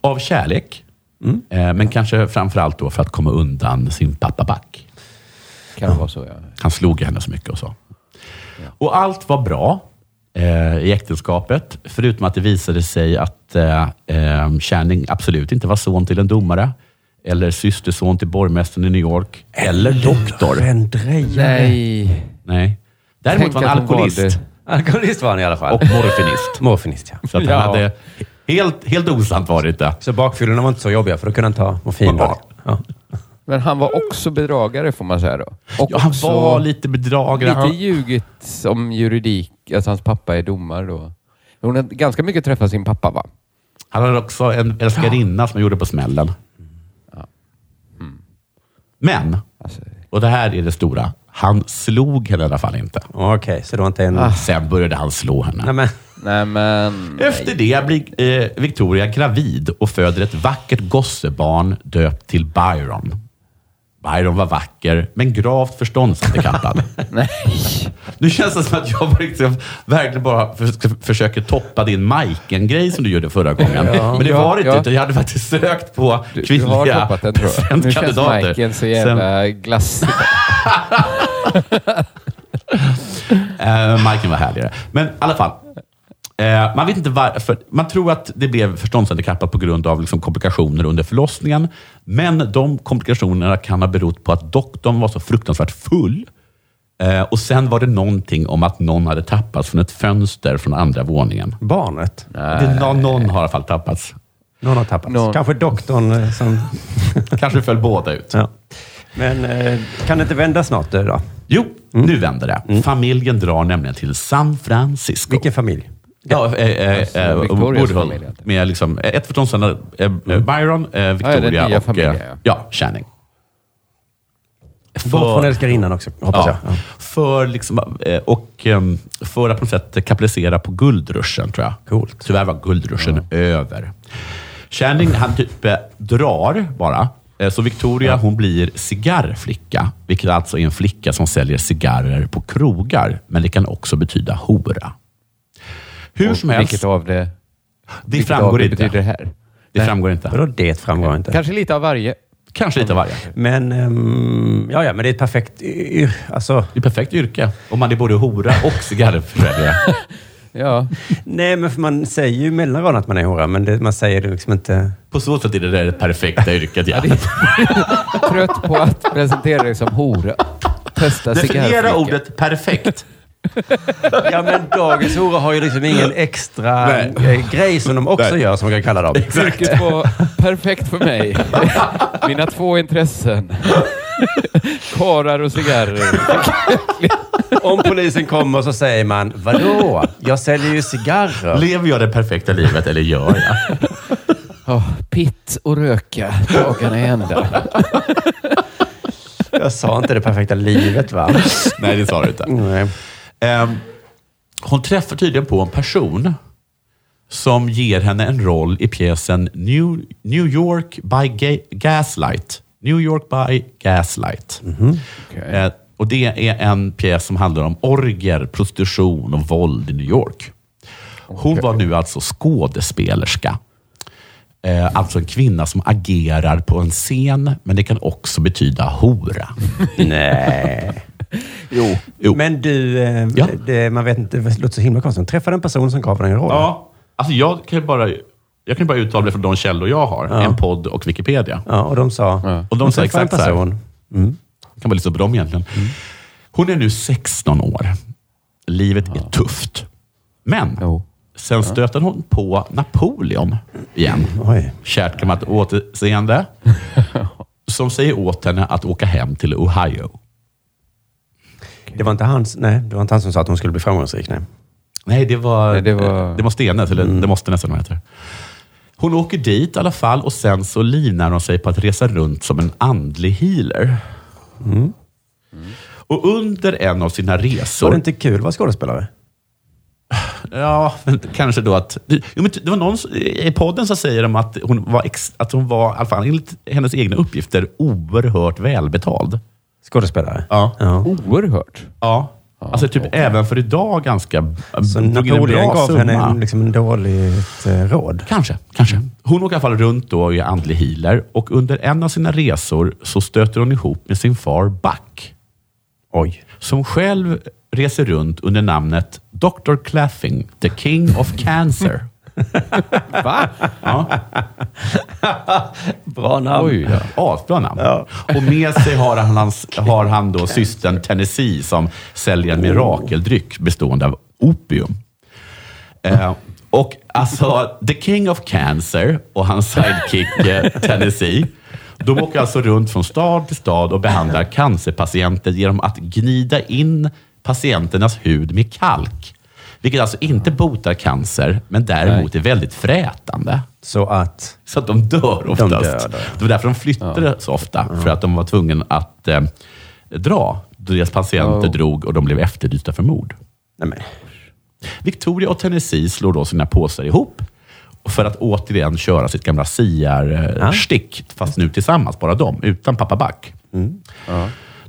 A: Av kärlek,
C: Mm.
A: eh, men kanske framförallt då för att komma undan sin pappa Back.
C: Kan vara så, ja.
A: Han slog henne så mycket och så. Och allt var bra eh, i äktenskapet, förutom att det visade sig att eh, eh, Channing absolut inte var son till en domare, eller systerson till borgmästaren i New York, eller doktor.
B: Vendrejare.
C: Nej.
A: Nej. Däremot
C: Tänk
A: var han
C: att hon
A: alkoholist
C: valde-
B: Alkoholist var han i alla fall.
A: och morfinist.
B: morfinist, ja.
A: Så att han
C: Ja.
A: hade helt, helt osant varit det.
B: Så bakfyllorna var inte så jobbiga för då kunde han ta morfinblad. Ja.
C: Men han var också bedragare får man säga då. Och
A: Ja, han
C: också
A: var lite bedragare.
C: lite
A: Han-
C: ljugit om juridik, att hans pappa är domare då. Hon har ganska mycket träffat sin pappa va?
A: Han hade också en älskarinna som han gjorde på smällen. Mm. Men,
C: Alltså,
A: och det här är det stora, han slog henne i alla fall inte.
B: Okej, så det var inte en...
A: Sen började han slå henne.
B: Nej, men,
C: nej men...
A: Efter det blir eh, Victoria gravid och föder ett vackert gossebarn döpt till Byron. Byron var vacker, men gravt förståndshandikappad.
C: Nej.
A: nu känns det som att jag verkligen, verkligen bara för, försöker toppa din Majken-grej som du gjorde förra gången.
C: Ja.
A: Men det
C: Ja,
A: var det
C: ja.
A: inte. Jag hade faktiskt sökt på
C: Du, du har
A: kvinnliga
C: toppat den tror jag. Nu känns
A: presidentkandidater.
C: Majken så
A: Sen-
C: jävla glassig.
A: Eh, Marken var härligare. Men i alla fall. Eh, man vet inte varför. Man tror att det blev förståndshandikappat på grund av liksom, komplikationer under förlossningen. Men de komplikationerna kan ha berott på att doktorn var så fruktansvärt full. Eh, och sen var det någonting om att någon hade tappats från ett fönster från andra våningen.
B: barnet.
A: Det, någon, någon har i alla fall tappats.
B: Någon har tappats.
C: Någon.
B: Kanske doktorn eh, som...
A: Kanske föll båda ut.
B: Ja. Men eh, kan det inte vända snart eh, då?
A: Jo,
C: Mm.
A: nu vänder det. Familjen drar nämligen till San Francisco.
B: Vilken familj?
A: Ja, eh, eh, eh,
C: alltså, Victorias
A: Woodhull.
C: familj, inte.
A: Med liksom, eh, ett förstås eh, eh, Byron, eh,
C: den
A: Victoria
C: nya
A: och
C: familjen,
A: eh,
C: ja.
A: ja, Channing.
B: Bort från älskarinnan också, hoppas
A: ja,
B: jag. Ja.
A: för, liksom, eh, och, ehm, för att på något sätt kapitalisera på guldruschen, tror jag.
B: Coolt.
A: Tyvärr var guldruschen över. Channing, han typ eh, drar bara. Eh, Så Victoria, hon blir cigarrflicka, vilket alltså är en flicka som säljer cigarrer på krogar, men det kan också betyda hora. Hur som helst.
C: Vilket av det...
A: Det
C: vilket
A: framgår
C: av det
A: inte.
C: betyder det här?
A: Det framgår inte.
B: Vadå, det framgår inte.
C: Kanske lite av varje.
A: Kanske lite av varje.
B: Men, ehm, ja, ja, men det är ett perfekt... y- y- Alltså,
A: Det är perfekt yrke om man är både hora och cigarrförsäljare.
C: Ja.
B: nej, men för man säger ju mellan raderna att man är hora, men det, man säger det liksom inte...
A: På så sätt är det där det perfekta yrket, ja.
C: Trött på att presentera dig som hora. Testa
A: Definiera
C: cigarrflicka.
A: ordet perfekt.
B: Ja, men dagens hora har ju liksom ingen extra
A: Nej.
B: eh, grej som de också
A: Nej.
B: gör, som man kan kalla dem.
C: Vilket var perfekt för mig. Mina två intressen. Karar och cigarrer.
B: Om polisen kommer så säger man, vadå? Jag säljer ju cigarrer.
A: Lever jag det perfekta livet eller gör jag?
C: Oh, pitt och röka. Dagarna är ända.
B: Jag sa inte det perfekta livet, va?
A: Nej, det sa du inte.
B: Nej.
A: Ehm, hon träffar tydligen på en person som ger henne en roll i pjäsen New, New York by Ga- Gaslight New York by Gaslight.
C: Okej.
A: Eh, och det är en pjäs som handlar om orger, prostitution och våld i New York. Hon var nu alltså skådespelerska. Eh, alltså en kvinna som agerar på en scen, men det kan också betyda hora.
B: Nej.
A: Jo. jo.
B: Men du, eh,
A: Ja.
B: det, man vet inte, det låter så himla konstigt. Träffade en person som gav dig en roll?
A: Ja, alltså jag kan ju bara, jag kan ju bara uttala mig från de källor jag har. En podd och Wikipedia.
B: Ja, och de sa...
A: Och de sa
B: träffade
A: exakt så här. Det kan vara lite så bra egentligen. Hon är nu 16 år. Livet är tufft. Men
C: Jo.
A: sen stöter hon på Napoleon igen.
B: Oj.
A: Kärt gammalt återseende. Som säger åt henne att åka hem till Ohio.
B: Det var, inte hans, nej, det var inte han som sa att hon skulle bli framgångsrik. Nej.
A: Nej, det var, eh,
C: Nej, det var-
A: det var Stenes, eller
B: Mm.
A: det måste nästan vad det heter. Hon åker dit i alla fall och sen så linar hon sig på att resa runt som en andlig healer. Och under en av sina
B: Mm. Var
A: resor...
B: det inte kul att vara skådespelare?
A: Ja, men kanske då att... Jo, men det var någon som- i podden som säger de att hon var, ex, att hon var i alla fall enligt hennes egna uppgifter, oerhört välbetald.
B: Skådespelare?
A: Ja.
B: ja.
C: Oerhört.
A: Ja. Alltså typ även för idag ganska...
B: Så
A: drog in en
B: Napoleon
A: bra
B: gav henne
A: summa.
B: en, liksom en dåligt eh, råd.
A: Kanske, kanske. Mm. Hon åker i alla fall runt då och är andlig healer och under en av sina resor så stöter hon ihop med sin far Buck. Oj. Som själv reser runt under namnet Dr. Claffing, the king of cancer.
C: Va?
A: Ja,
B: Bra
C: Oj. Ja.
A: asbra namn. Och med sig har han, hans, har han då systern Tennessee som säljer en mirakeldryck bestående av opium. Eh, och alltså, the king of cancer och hans sidekick eh, Tennessee, de åker alltså runt från stad till stad och behandlar cancerpatienter genom att gnida in patienternas hud med kalk. Vilket alltså inte botar cancer, men däremot är väldigt frätande.
B: Så att...
A: Så att de dör oftast.
B: dör, ja.
A: Det var därför de flyttade så ofta, för att de var tvungna att eh, dra. Deras patienter
C: Ja.
A: drog och de blev efterlysta för mord.
B: Nej, men.
A: Victoria och Tennessee slår då sina påsar ihop för att återigen köra sitt gamla
B: Ja. Mm.
A: siar-stick, fast nu tillsammans, bara de, utan pappa Buck.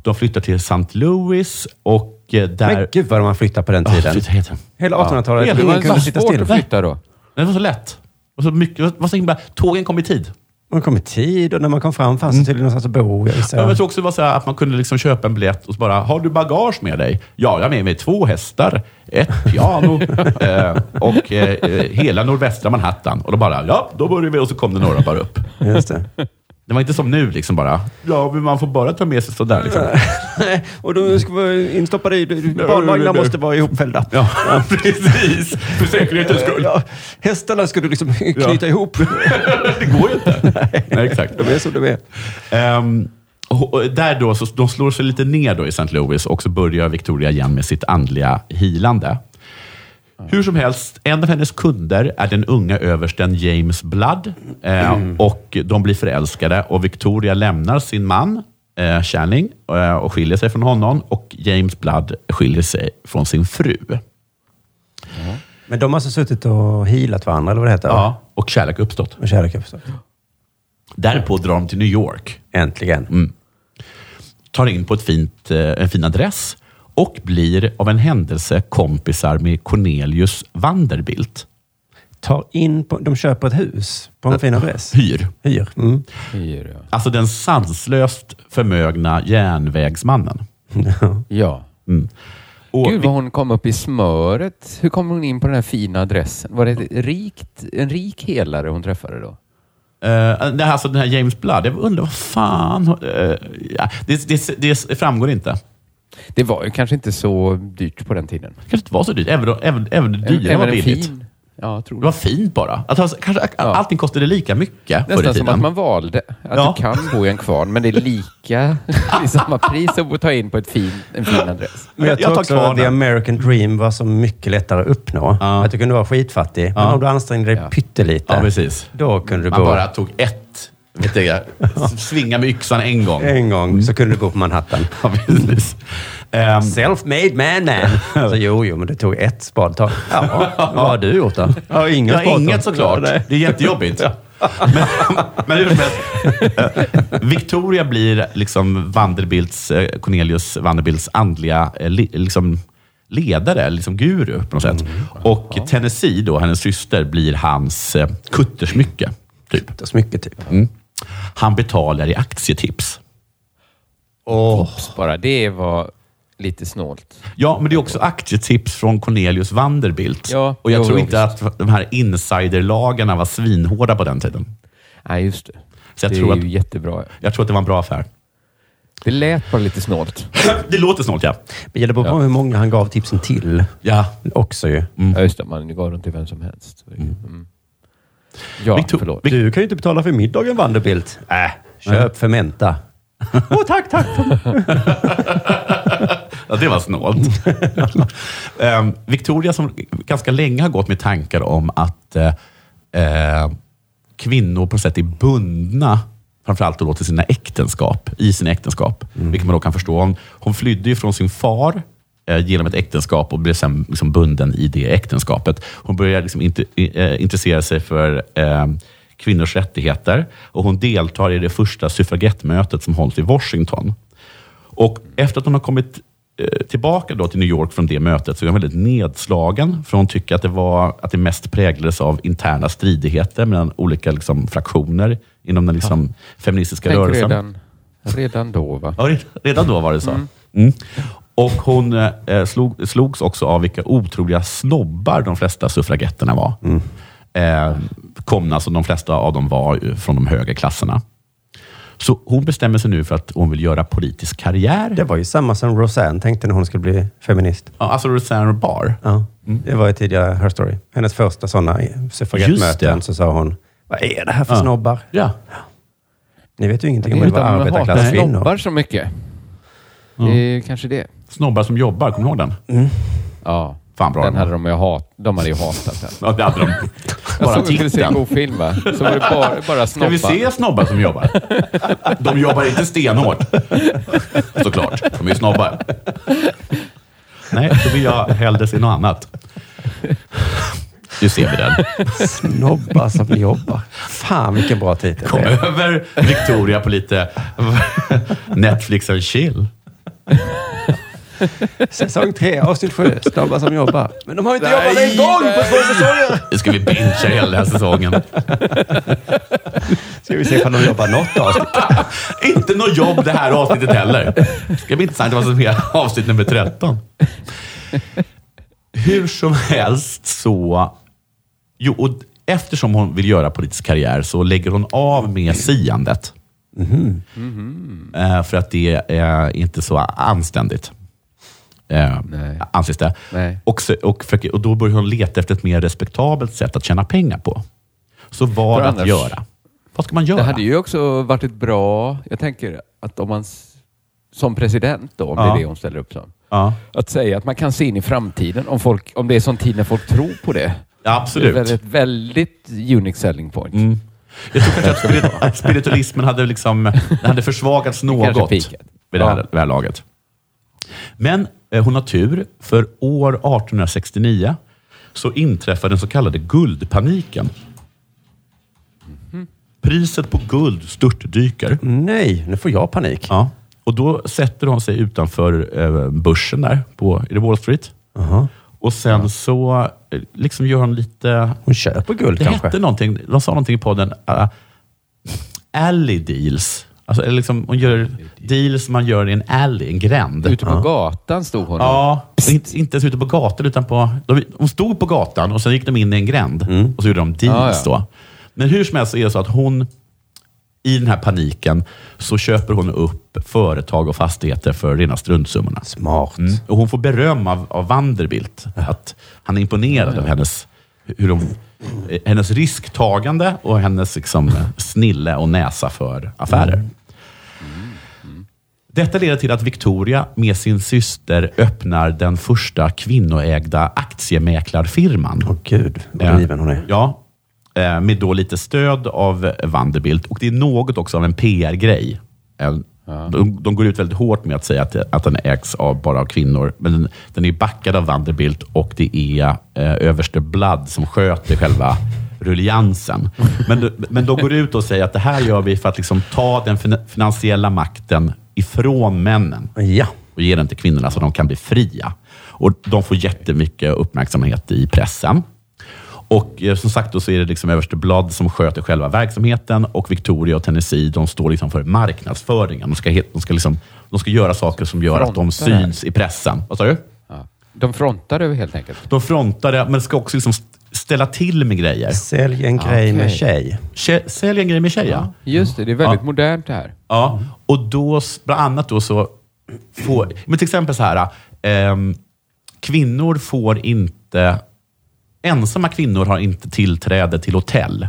A: De flyttar till St. Louis och eh, där...
B: men gud vad man flyttar på den
A: Ah,
B: tiden.
A: flytta hit.
B: Hela
A: Ja.
B: 1800-talet.
A: Det
C: Det
A: var
B: Ingen
C: var
B: kunde
C: så
B: sitta
C: svårt
B: still.
C: att flytta då.
A: Det var så lätt. Och så mycket, det var så himla, tågen kom i tid.
B: Man kom i tid och när man kom fram fanns det tydligen någonstans att bo. Jag vill säga.
A: Ja. men Jag tror också det var så här att man kunde liksom köpa en biljett och så bara, har du bagage med dig? Ja, jag har med mig två hästar, ett piano eh, och eh, eh, hela nordvästra Manhattan. Och då bara, ja, då börjar vi. Och så kom det några bara upp.
B: Just det.
A: Det var inte som nu, liksom bara, ja, men man får bara ta med sig sådär. Liksom.
B: och då ska vi instoppa dig.
A: barnvagnar måste
B: vara ihopfällda.
A: Ja, precis. För säkerhetens skull.
B: hästarna ska du liksom
A: knyta
B: ihop.
A: Det går ju inte. Nej, exakt.
B: De är som de är.
A: Ehm, och- och där då, så de slår sig lite ner då i St. Louis och så börjar Victoria igen med sitt andliga hilande. Hur som helst, en av hennes kunder är den unga översten James Blood eh, och de blir förälskade och Victoria lämnar sin man eh, Channing eh, och skiljer sig från honom och James Blood skiljer sig från sin fru.
B: Men de har alltså suttit och healat varandra, eller vad det heter?
A: Ja, och kärlek uppstått.
B: Och kärlek har förstått.
A: Därpå drar de till New York
B: Äntligen.
A: Mm. tar in på ett fint, eh, en fin adress och blir av en händelse kompisar med Cornelius Vanderbilt.
B: Tar in på, de köper ett hus på en fin adress.
A: Hyr.
B: Hyr. Mm.
C: Fyra.
A: Alltså den sanslöst förmögna järnvägsmannen.
C: Ja.
A: Och
C: Gud vad hon kom upp i smöret. Hur kom hon in på den här fina adressen? Var det ett rikt, en rik helare hon träffade då?
A: Eh, det här, alltså den här James Blood, jag undrar vad fan... eh, ja, det, det, det framgår inte.
C: Det var ju kanske inte så dyrt på den tiden.
A: Det kanske inte var så dyrt. Även, då- även, även det dyra
C: Även
A: var
C: en
A: billigt.
C: Fin, ja, tror
A: Det var fint bara. Att, alltså, kanske, att Allting kostade lika mycket förr i
C: Nästan som att
A: tiden.
C: man valde att
A: Ja.
C: du kan bo i en kvarn, men det är lika, det är samma pris att ta in på ett fin, en fin adress.
B: Men jag,
A: Jag
B: tror
A: tar
B: också
A: kvar
B: att the
A: den.
B: American dream var så mycket lättare att uppnå.
A: Ja.
B: Att du kunde vara skitfattig, men
A: Ja.
B: om du ansträngde dig
C: Ja.
B: pyttelite,
A: Ja, precis.
B: då kunde du
A: Man
B: bo...
A: bara tog ett, vet du, svinga med yxan en gång.
B: En
A: Mm.
B: gång så kunde du bo på Manhattan.
A: Ja, precis. Ehm,
B: Self-made man, man! Så, jo, jo, men det tog ett spadtag. Ja, vad har du gjort då? Ja,
A: ja, inget såklart. Det är jättejobbigt. Men, men hur som helst, eh, Victoria blir liksom Vanderbilts, eh, Cornelius Vanderbilts andliga eh, li, liksom ledare, liksom guru på något sätt.
B: Mm.
A: Och Tennessee, då, hennes syster, blir hans eh, kuttersmycke. Typ.
B: Det är så mycket typ.
A: Han betalar i aktietips.
C: Tips bara. Det var lite snålt.
A: Ja, men det är också aktietips från Cornelius Vanderbilt.
C: Ja,
A: och jag
C: jo,
A: tror
C: jo,
A: inte att de här insiderlagarna var svinhårda på den tiden.
C: Nej, just det.
A: Så jag
C: det
A: tror
C: är
A: att-
C: ju jättebra.
A: Jag tror att det var en bra affär.
C: Det lät bara lite snålt.
A: Det låter snålt, ja.
B: Men det beror på hur många han gav tipsen till
A: ja.
B: också ju.
A: Mm.
C: Ja, just det. Man gav dem till vem som helst. Mm. Ja,
A: Victor-
C: förlåt.
A: Vic-
B: Du kan ju inte betala för middagen Vanderbilt. Äh, köp Fermenta. Åh, tack, tack.
A: Ja, det var snålt. Ehm, Victoria som ganska länge har gått med tankar om att eh, eh, kvinnor på något sätt är bundna, framförallt då till sina äktenskap, i sina äktenskap. Vilket man då kan förstå. Hon, hon flydde ju från sin far eh, genom ett äktenskap och blev sen liksom bunden i det äktenskapet. Hon började liksom inte, eh, intressera sig för eh, kvinnors rättigheter och hon deltar i det första suffragettmötet som hålls i Washington. Och efter att hon har kommit eh, tillbaka då till New York från det mötet så är hon väldigt nedslagen, för hon tycker att det, var, att det mest präglades av interna stridigheter mellan olika liksom, fraktioner inom den liksom, feministiska
C: Tänk
A: rörelsen.
C: redan, redan då, va?
A: Ja, re- redan då var det så. Mm. Och hon eh, slog, slogs också av vilka otroliga snobbar de flesta suffragetterna var. Eh, komna som de flesta av dem var ju från de högre klasserna. Så hon bestämmer sig nu för att hon vill göra politisk karriär.
B: Det var ju samma som Roseanne tänkte när hon skulle bli feminist.
A: Ja, alltså Rosanna Barr.
B: Ja, det var ju tidigare Her Story. Hennes första sådana
A: Just det.
B: suffragettmöten så sa hon, vad är det här för
A: Ja.
B: snobbar?
A: Ja.
B: Ni vet ju ingenting
C: Det
B: om
C: är
B: det
C: inte
B: var
C: att man hatar
B: arbetarklasskvinnor.
C: snobbar så mycket. Det är kanske det.
A: Snobbar som jobbar, kommer du ihåg den?
C: Ja.
A: Fan, bra
C: den
A: den
C: hade
A: var.
C: de ju hat, de hade ju hatat den.
A: Ja, det hade de.
C: Jag
A: Bara
C: såg vi skulle se en
A: titeln.
C: god film va? Så var det bara,
A: Ska
C: bara snobbar.
A: vi se snobbar som jobbar? De jobbar inte stenhårt. Såklart, de är ju snobbar. Nej, då vill jag hellre se något annat. Nu ser vi den.
B: Snobbar som jobbar. Fan vilken bra titel.
A: Kom
B: det är.
A: över Victoria på lite Netflix and chill.
B: Säsong tre, avsnitt sju. Snobbar som jobbar. Men de har ju inte
C: Nej,
B: jobbat en gång på två säsonger!
A: Nu ska vi bingea hela den här säsongen.
B: Ska vi se om de jobbar något avsnitt.
A: Inte något jobb det här avsnittet heller. Det ska bli intressant vad som sker avsnitt nummer 13. Hur som helst så... Jo, och eftersom hon vill göra politisk karriär så lägger hon av med siandet. Eh, för att det är inte så anständigt. Eh,
C: Nej.
A: Anses det.
C: Nej.
A: Och, så, och, försöker- och då börjar hon leta efter ett mer respektabelt sätt att tjäna pengar på. Så vad
C: För
A: att
C: annars-
A: göra? Vad ska man göra?
C: Det hade ju också varit ett bra... Jag tänker att om man s- som president då, om det
A: Ja.
C: är det hon ställer upp som.
A: ja.
C: Att säga att man kan se in i framtiden om, folk, om det är sån tid när folk tror på det.
A: Ja, absolut. Mm.
C: Det är ett väldigt unique selling point.
A: Jag tror kanske att spirit- spiritualismen hade, liksom, den hade försvagats något vid
C: peakat.
A: det här,
C: Ja.
A: vid det här laget. Men eh, hon har tur, för år 1869 så inträffar den så kallade guldpaniken. Priset på guld störtdyker.
B: Nej, nu får jag panik.
A: Ja. Och då sätter hon sig utanför eh, börsen där, på, är det Wall Street?
B: Jaha.
A: Och sen så eh, liksom gör hon lite
B: Hon köper guld
A: det
B: kanske.
A: hette någonting, de sa någonting i podden, uh, alley deals. Alltså, eller liksom, hon gör deals som man gör i en alley, en gränd.
C: Ute på gatan stod hon.
A: Ja, och inte, inte ens ute på gatan, utan på... De, de stod på gatan och sen gick de in i en gränd och så gjorde de deals
C: Mm. Ja,
A: då. Men hur som helst så är det så att hon, i den här paniken, så köper hon upp företag och fastigheter för rena struntsummorna.
B: Smart.
A: Mm. Och hon får beröm av, av Vanderbilt. Att han är imponerad av hennes, hur de, eh, hennes risktagande och hennes liksom, snille och näsa för affärer. Detta leder till att Victoria med sin syster öppnar den första kvinnoägda aktiemäklarfirman.
B: Åh gud,
A: Eh,
B: vad driven hon är.
A: Ja, eh, med då lite stöd av eh, Vanderbilt. Och det är något också av en PR-grej. Eh, De, de går ut väldigt hårt med att säga att, att den ägs av bara av kvinnor. Men den, den är backad av Vanderbilt och det är eh, överste Blood som sköter själva rulliansen. Men, men de går ut och säger att det här gör vi för att liksom ta den fin- finansiella makten ifrån männen
B: Ja.
A: och ge den till kvinnorna så de kan bli fria. Och de får jättemycket uppmärksamhet i pressen. Och eh, som sagt då så är det liksom överste Blood som sköter själva verksamheten och Victoria och Tennessee, de står liksom för marknadsföringen. De ska, he- de ska, liksom, de ska göra saker som gör att de
C: Frontar här.
A: syns i pressen. Vad sa du?
C: Ja. De frontar det helt enkelt.
A: De frontar det, men ska också liksom st- ställa till med grejer.
B: Sälj en grej med
C: Okej.
B: tjej.
A: Tje- Sälj en grej med tjejer. Ja.
C: Just det, det är väldigt modernt det här.
A: Ja, och då, s- bland annat då så får, men till exempel så här, ehm, kvinnor får inte, ensamma kvinnor har inte tillträde till hotell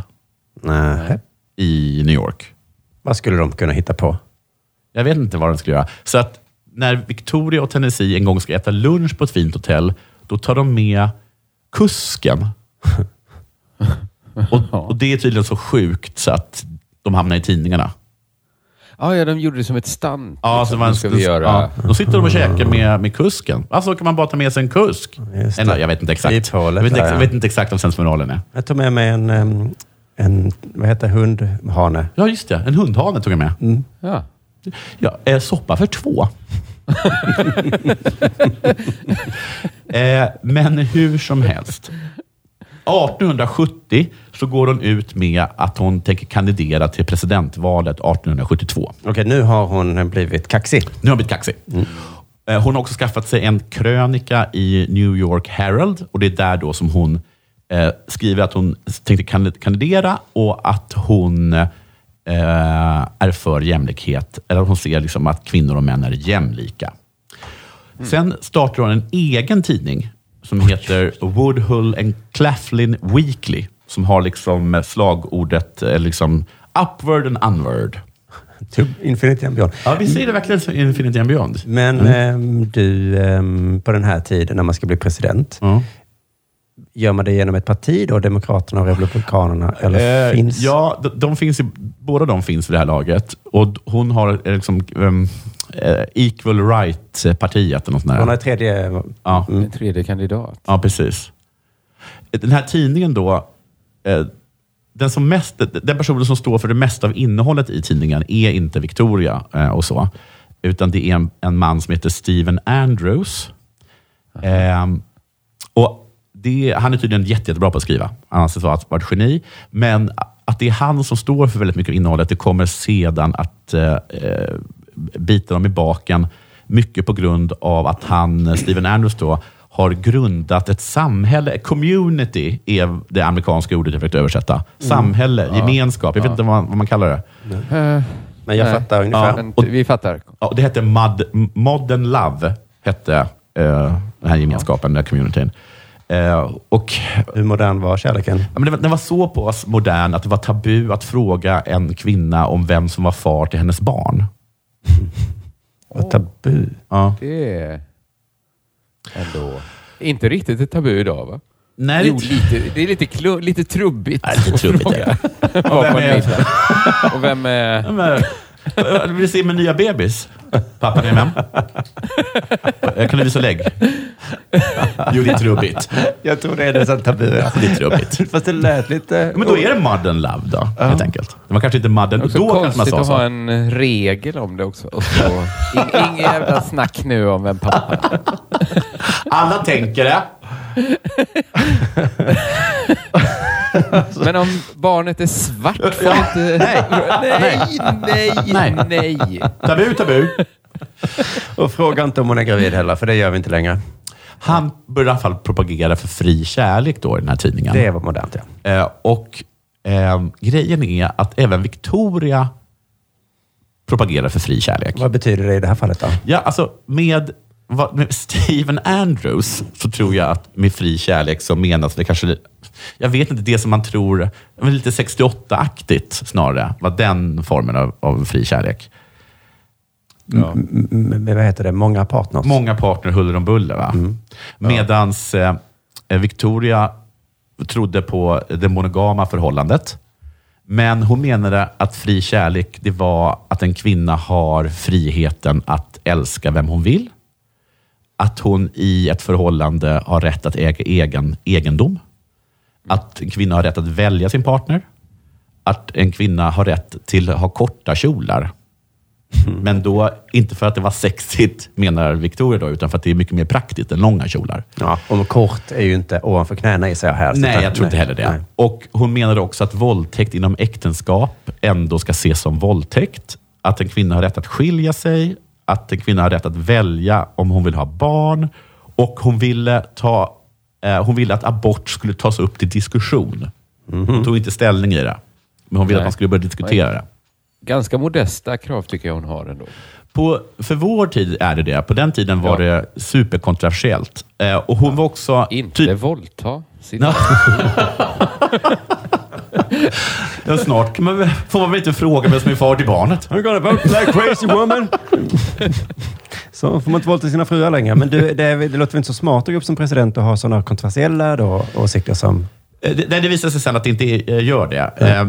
B: Nej.
A: i New York.
B: Vad skulle de kunna hitta på?
A: Jag vet inte vad de skulle göra. Så att när Victoria och Tennessee en gång ska äta lunch på ett fint hotell, då tar de med kusken. Och, och det är tydligen så sjukt så att de hamnar i tidningarna.
C: Ah, ja, de gjorde det som ett stunt.
A: Ja,
C: liksom.
A: så man,
C: Nu ska vi göra...
A: ja, då sitter de och käkar med, med kusken. Alltså kan man bara ta med sig en kusk?
B: Just det.
A: Eller, jag vet inte exakt.
B: I tålet
A: jag, vet inte,
B: där,
A: ex-
B: ja.
A: jag vet inte exakt vad sensmoralen är.
B: Jag tog med mig en, em, en vad heter hundhane.
A: Ja, just det. En hundhane tog jag med.
C: Mm. Ja.
A: Ja, eh, soppa för två. eh, men hur som helst. 1870 så går hon ut med att hon tänker kandidera till presidentvalet 1872.
B: Okej, nu har hon blivit kaxig.
A: Nu har hon blivit kaxig. Eh, Hon har också skaffat sig en krönika i New York Herald och det är där då som hon eh, skriver att hon tänkte kandid- kandidera och att hon eh, är för jämlikhet. Eller att hon ser liksom att kvinnor och män är jämlika. Sen startar hon en egen tidning som heter Woodhull and Claflin Weekly som har liksom slagordet eh, liksom upward and unward.
B: Typ Infinity and Beyond.
A: Ja, vi ser det verkligen som Infinity and Beyond.
B: Men em, du, em, på den här tiden när man ska bli president,
A: Ja.
B: gör man det genom ett parti då? Demokraterna och Republikanerna? Eller
A: Eh,
B: finns...
A: Ja, de, de finns i, båda de finns vid det här laget. Och d- hon har eh, liksom, ehm, eh, Equal Right-partiet eller något sånt där.
B: Hon har ett tredje...
A: ja,
C: En tredje kandidat.
A: ja, precis. Den här tidningen då, eh, den, som mest, den personen som står för det mesta av innehållet i tidningen är inte Victoria eh, och så, utan det är en, en man som heter Steven Andrews. Ehm, och det, han är tydligen jätte, jättebra på att skriva. Han anses vara vara ett geni. Men att det är han som står för väldigt mycket av innehållet, det kommer sedan att eh, eh, bita dem i baken. Mycket på grund av att han, eh, Steven Andrews då, har grundat ett samhälle. Community är det amerikanska ordet jag försökte översätta. Samhälle, gemenskap. Jag vet inte vad, vad man kallar det.
B: Men jag
C: Nej.
B: fattar
C: Ja,
B: ungefär.
C: men vi fattar.
A: Ja, det hette Mod, Modern Love, hette eh, den här gemenskapen, den här communityn. Eh, och
B: Hur modern var kärleken?
A: Ja, men den, var, den var så pass modern att det var tabu att fråga en kvinna om vem som var far till hennes barn.
B: Vad tabu.
A: Ja.
C: Det är ändå inte riktigt ett tabu idag va?
A: Nej,
C: jo, lite, det är lite, klu, lite trubbigt.
A: Nej, lite
C: att
A: trubbigt
C: fråga.
A: är det.
C: Vad
A: vem
C: på en
A: är-
C: middag. Och vem är...
A: Men, jag vill se min nya bebis. Pappa, vem är Jag kan du visa lägg? Jo, det är trubbigt.
B: Jag tror det är nästan tabu.
A: Det är trubbigt.
B: Fast det lät lite...
A: Ja, Men då är det modern love då, helt enkelt. Det var kanske inte modern...
C: Det är också
A: Då kanske man
C: konstigt
A: sa
C: att
A: så.
C: ha en eh, regel om det också. Och så, in, inget jävla snack nu om vem pappa är.
A: Alla tänker det.
C: Men om barnet är svart får inte... Nej, nej, nej, nej.
A: Tabu, tabu.
B: Och fråga inte om hon är gravid heller, för det gör vi inte längre.
A: Han började i alla fall propagera för fri kärlek då i den här tidningen.
B: Det var modernt, ja.
A: Eh, och eh, grejen är att även Victoria propagerar för fri kärlek.
B: Vad betyder det i det här fallet då?
A: Ja, alltså med, vad- med Steven Andrews så tror jag att med fri kärlek så menas det kanske, jag vet inte, det som man tror, men lite 68-aktigt snarare, var den formen av, av fri kärlek.
B: M- m- vad heter det? Många partners?
A: Många partner huller om buller. Va? Medans eh, Victoria trodde på det monogama förhållandet. Men hon menade att fri kärlek, det var att en kvinna har friheten att älska vem hon vill. Att hon i ett förhållande har rätt att äga egen egendom. Att en kvinna har rätt att välja sin partner. Att en kvinna har rätt till att ha korta kjolar. Men då, inte för att det var sexigt, menar Victoria då, utan för att det är mycket mer praktiskt än långa kjolar.
B: Ja, och kort är ju inte ovanför knäna i sig här. så
A: Nej,
B: utan-
A: jag tror inte heller det.
B: Nej.
A: Och hon menade också att våldtäkt inom äktenskap ändå ska ses som våldtäkt. Att en kvinna har rätt att skilja sig, att en kvinna har rätt att välja om hon vill ha barn. Och hon ville, ta, eh, hon ville att abort skulle tas upp till diskussion. Hon tog inte ställning i det, men hon ville
C: Nej.
A: att man skulle börja diskutera det.
C: Ganska modesta krav tycker jag hon har ändå.
A: På, för vår tid är det det. På den tiden var
C: Ja.
A: det superkontroversiellt. Eh, och hon var också...
C: Inte
A: typ-
C: våldta. Sin...
A: Ja. Ja, snart kan man, väl- får man väl inte fråga vem som är far till barnet.
B: I'm gonna vote like crazy woman. Så får man inte våldta sina fruar längre. Men du, det, är- det låter väl inte så smart att gå upp som president och ha sådana kontroversiella då, åsikter som...
A: Eh, Det, nej, det visar sig sen att det inte eh, gör det. Eh,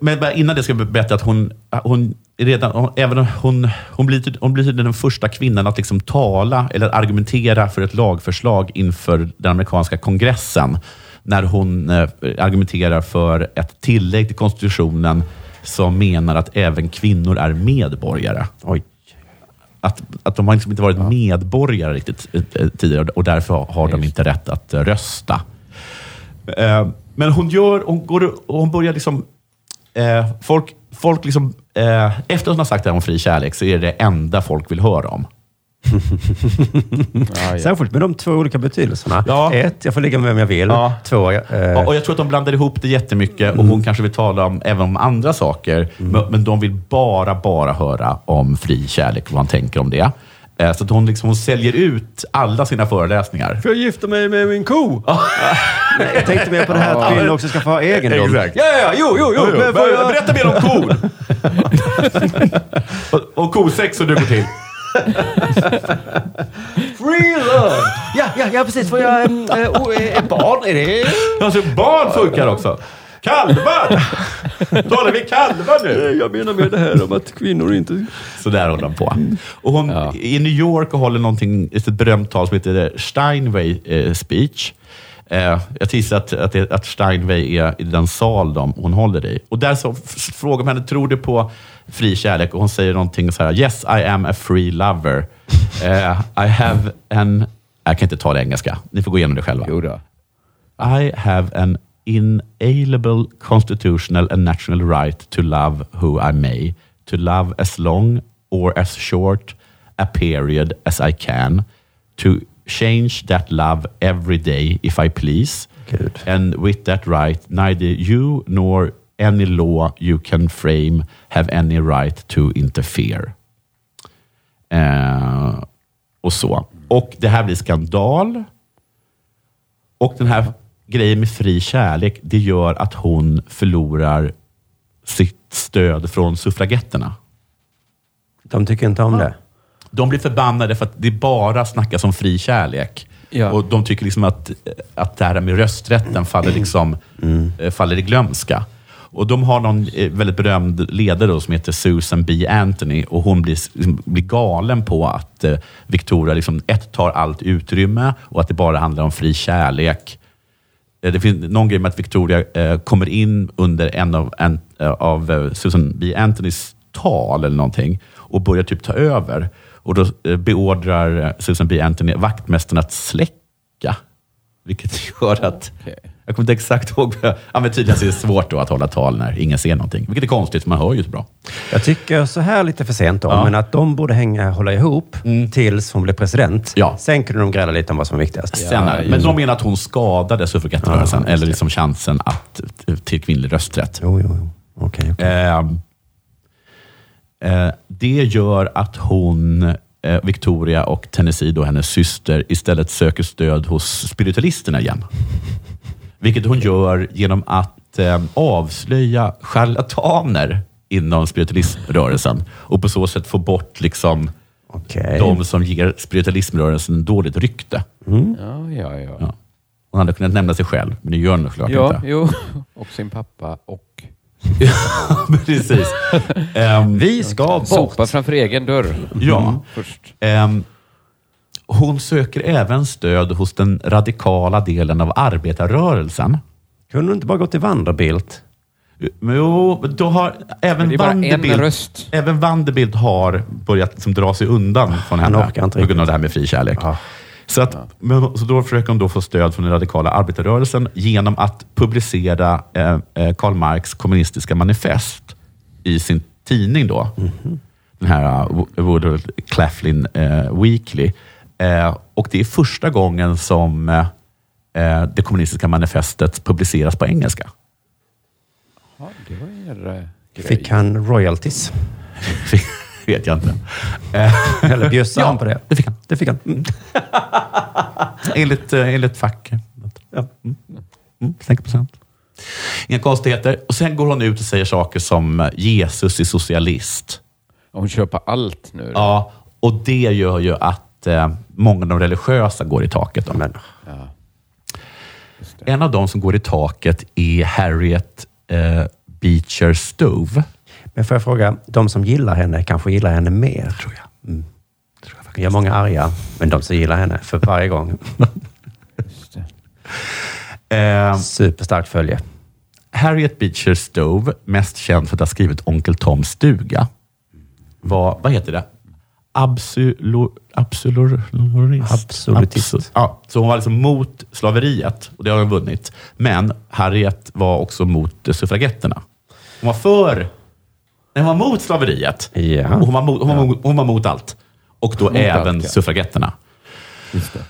A: Men bara innan det ska jag berätta att hon, hon redan, hon, även om hon, hon, blir, tyd- hon blir tydligen den första kvinnan att liksom tala eller argumentera för ett lagförslag inför den amerikanska kongressen. När hon eh, argumenterar för ett tillägg till konstitutionen som menar att även kvinnor är medborgare.
B: Oj.
A: att, att de har liksom inte varit medborgare riktigt eh, tidigare och därför har de
C: Just.
A: inte rätt att eh, rösta. Eh, Men hon gör, hon, går, och hon börjar liksom... Eh, folk, folk liksom eh, efter att hon har sagt det här om fri kärlek så är det det enda folk vill höra om.
C: Ja, ja.
B: Särskilt med de två olika betydelserna.
A: Ja.
B: Ett, jag får ligga med vem jag vill.
A: Ja.
B: Två, eh, Mm.
A: Ja, Och jag tror att de blandar ihop det jättemycket och hon kanske vill tala om, även om andra saker. Men, men de vill bara, bara höra om fri kärlek och vad han tänker om det. Eh, Så att hon, liksom, hon säljer ut alla sina föreläsningar.
B: Får jag gifta mig med min ko? Nej, jag tänkte mer på det här att
A: Ja.
B: kvinnor också ska få ha egendom.
A: Exakt.
B: Ja, ja, jo, jo, jo. men får jag-
A: Berätta mer om kor! och, och kosex och du går till.
B: Free love! Ja, ja, ja precis. Får jag em, eh, o- eh, ett barn? Är det...
A: Alltså barn funkar också. Kalvar! Talar vi kalvar nu?
B: Jag menar med det här om att kvinnor inte... Mm.
A: Så där håller hon på. Och hon
C: Ja.
A: i New York och håller någonting, ett berömt tal som heter Steinway eh, speech. Eh, jag gissar att, att, det- att Steinway är i den sal de, hon håller i. Och där så f- frågar man henne, tror du på fri kärlek? Och hon säger någonting så här, yes I am a free lover. Eh, I have an... Jag kan inte ta det engelska. Ni får gå igenom det själva.
C: Jo då.
A: I have an inalienable constitutional and national right to love who I may, to love as long or as short a period as I can, to change that love every day if I please.
B: Gud.
A: And with that right, neither you nor any law you can frame have any right to interfere. Eh, och så. Och det här blir skandal. Och den här grejen med fri kärlek, det gör att hon förlorar sitt stöd från suffragetterna.
B: De tycker inte om det.
A: De blir förbannade för att det bara snackas om fri kärlek.
C: Ja.
A: Och de tycker liksom att, att det här med rösträtten faller, liksom, eh, faller i glömska. Och de har någon eh, väldigt berömd ledare då, som heter Susan B. Anthony och hon blir, liksom, blir galen på att eh, Victoria liksom, ett, tar allt utrymme och att det bara handlar om fri kärlek. Eh, Det finns någon grej med att Victoria eh, kommer in under en av, en, eh, av eh, Susan B. Anthonys tal eller någonting och börjar typ ta över. Och då eh, beordrar eh, Susan B. Anthony vaktmästaren att släcka. Vilket gör att...
C: Okej.
A: Jag kommer inte exakt ihåg. vad jag- Ja, men tydligen så är det svårt då att hålla tal när ingen ser någonting. Vilket är konstigt, för man hör ju så bra.
B: Jag tycker så här lite för sent då,
A: Ja. Mm.
B: men att de borde hänga, hålla ihop tills hon blev president.
A: Ja.
B: Sen kunde de gräla lite om vad som var viktigast. Mm.
A: Sen, är- men de menar att hon skadade suffragettrörelsen,
B: Ja, just
A: eller liksom chansen att, till kvinnlig rösträtt.
B: Jo, jo, jo. Okej, okej.
A: Ehm, eh, det gör att hon, eh, Victoria och Tennessee, då, hennes syster, istället söker stöd hos spiritualisterna igen. Vilket hon gör genom att eh, avslöja charlataner inom spiritualiströrelsen och på så sätt få bort liksom,
B: Okej.
A: de som ger spiritualismrörelsen dåligt rykte.
C: Ja, ja, ja.
A: Mm. Ja. Hon hade kunnat nämna sig själv, men det gör hon såklart
C: Ja,
A: inte.
C: jo. Och sin pappa och
A: Precis. Ehm,
B: Vi ska Mm. bort.
C: sopa framför egen dörr
A: ja.
C: först.
A: Ehm, hon söker även stöd hos den radikala delen av arbetarrörelsen.
B: Kunde du inte bara gå till Vanderbilt?
A: Men jo, då har
C: Men det
A: även
C: är bara en
A: Vanderbilt,
C: röst.
A: även Vanderbilt har börjat liksom dra sig undan från henne.
B: orkar inte
A: på grund av
B: riktigt.
A: det här med fri kärlek.
B: Ja.
A: Så, att, men, så då försöker hon då få stöd från den radikala arbetarrörelsen genom att publicera eh, eh, Karl Marx kommunistiska manifest i sin tidning då.
B: Mhm.
A: Den här uh, Woodrow Claflin eh, Weekly. Eh, och det är första gången som eh, eh, det kommunistiska manifestet publiceras på engelska.
C: Ja, det var en jädra grej.
B: Fick han royalties?
A: vet jag inte.
B: Eller bjössade
A: Ja,
B: han på det?
A: det fick han.
B: Det fick han. Mm.
A: Enligt, eh, enligt fack.
B: Ja.
A: Mm, 50 procent. Inga konstigheter. Och sen går hon ut och säger saker som eh, Jesus är socialist.
C: Hon köper allt nu.
A: Ja, och det gör ju att eh, många av de religiösa går i taket. Då.
B: Men,
C: Ja. Just det.
A: En av de som går i taket är Harriet eh, Beecher Stowe.
B: men får jag fråga, de som gillar henne kanske gillar henne mer? Tror jag. Mm. Tror jag, faktiskt. jag har många arga, men de som gillar henne för varje gång.
C: Just det.
A: Eh,
B: Superstarkt följe.
A: Harriet Beecher Stowe, mest känd för att ha skrivit Onkel Toms stuga, var, vad heter det? Absolor, absolorist.
B: Absolutist.
A: ja, så hon var liksom mot slaveriet och det har hon vunnit. Men Harriet var också mot eh, suffragetterna. Hon var för... Nej, hon var mot slaveriet.
B: Ja.
A: Och Hon, var mot, hon, var mot, hon var mot allt. Och då
C: Mot
A: även
C: allt, ja.
A: suffragetterna.
C: Just det.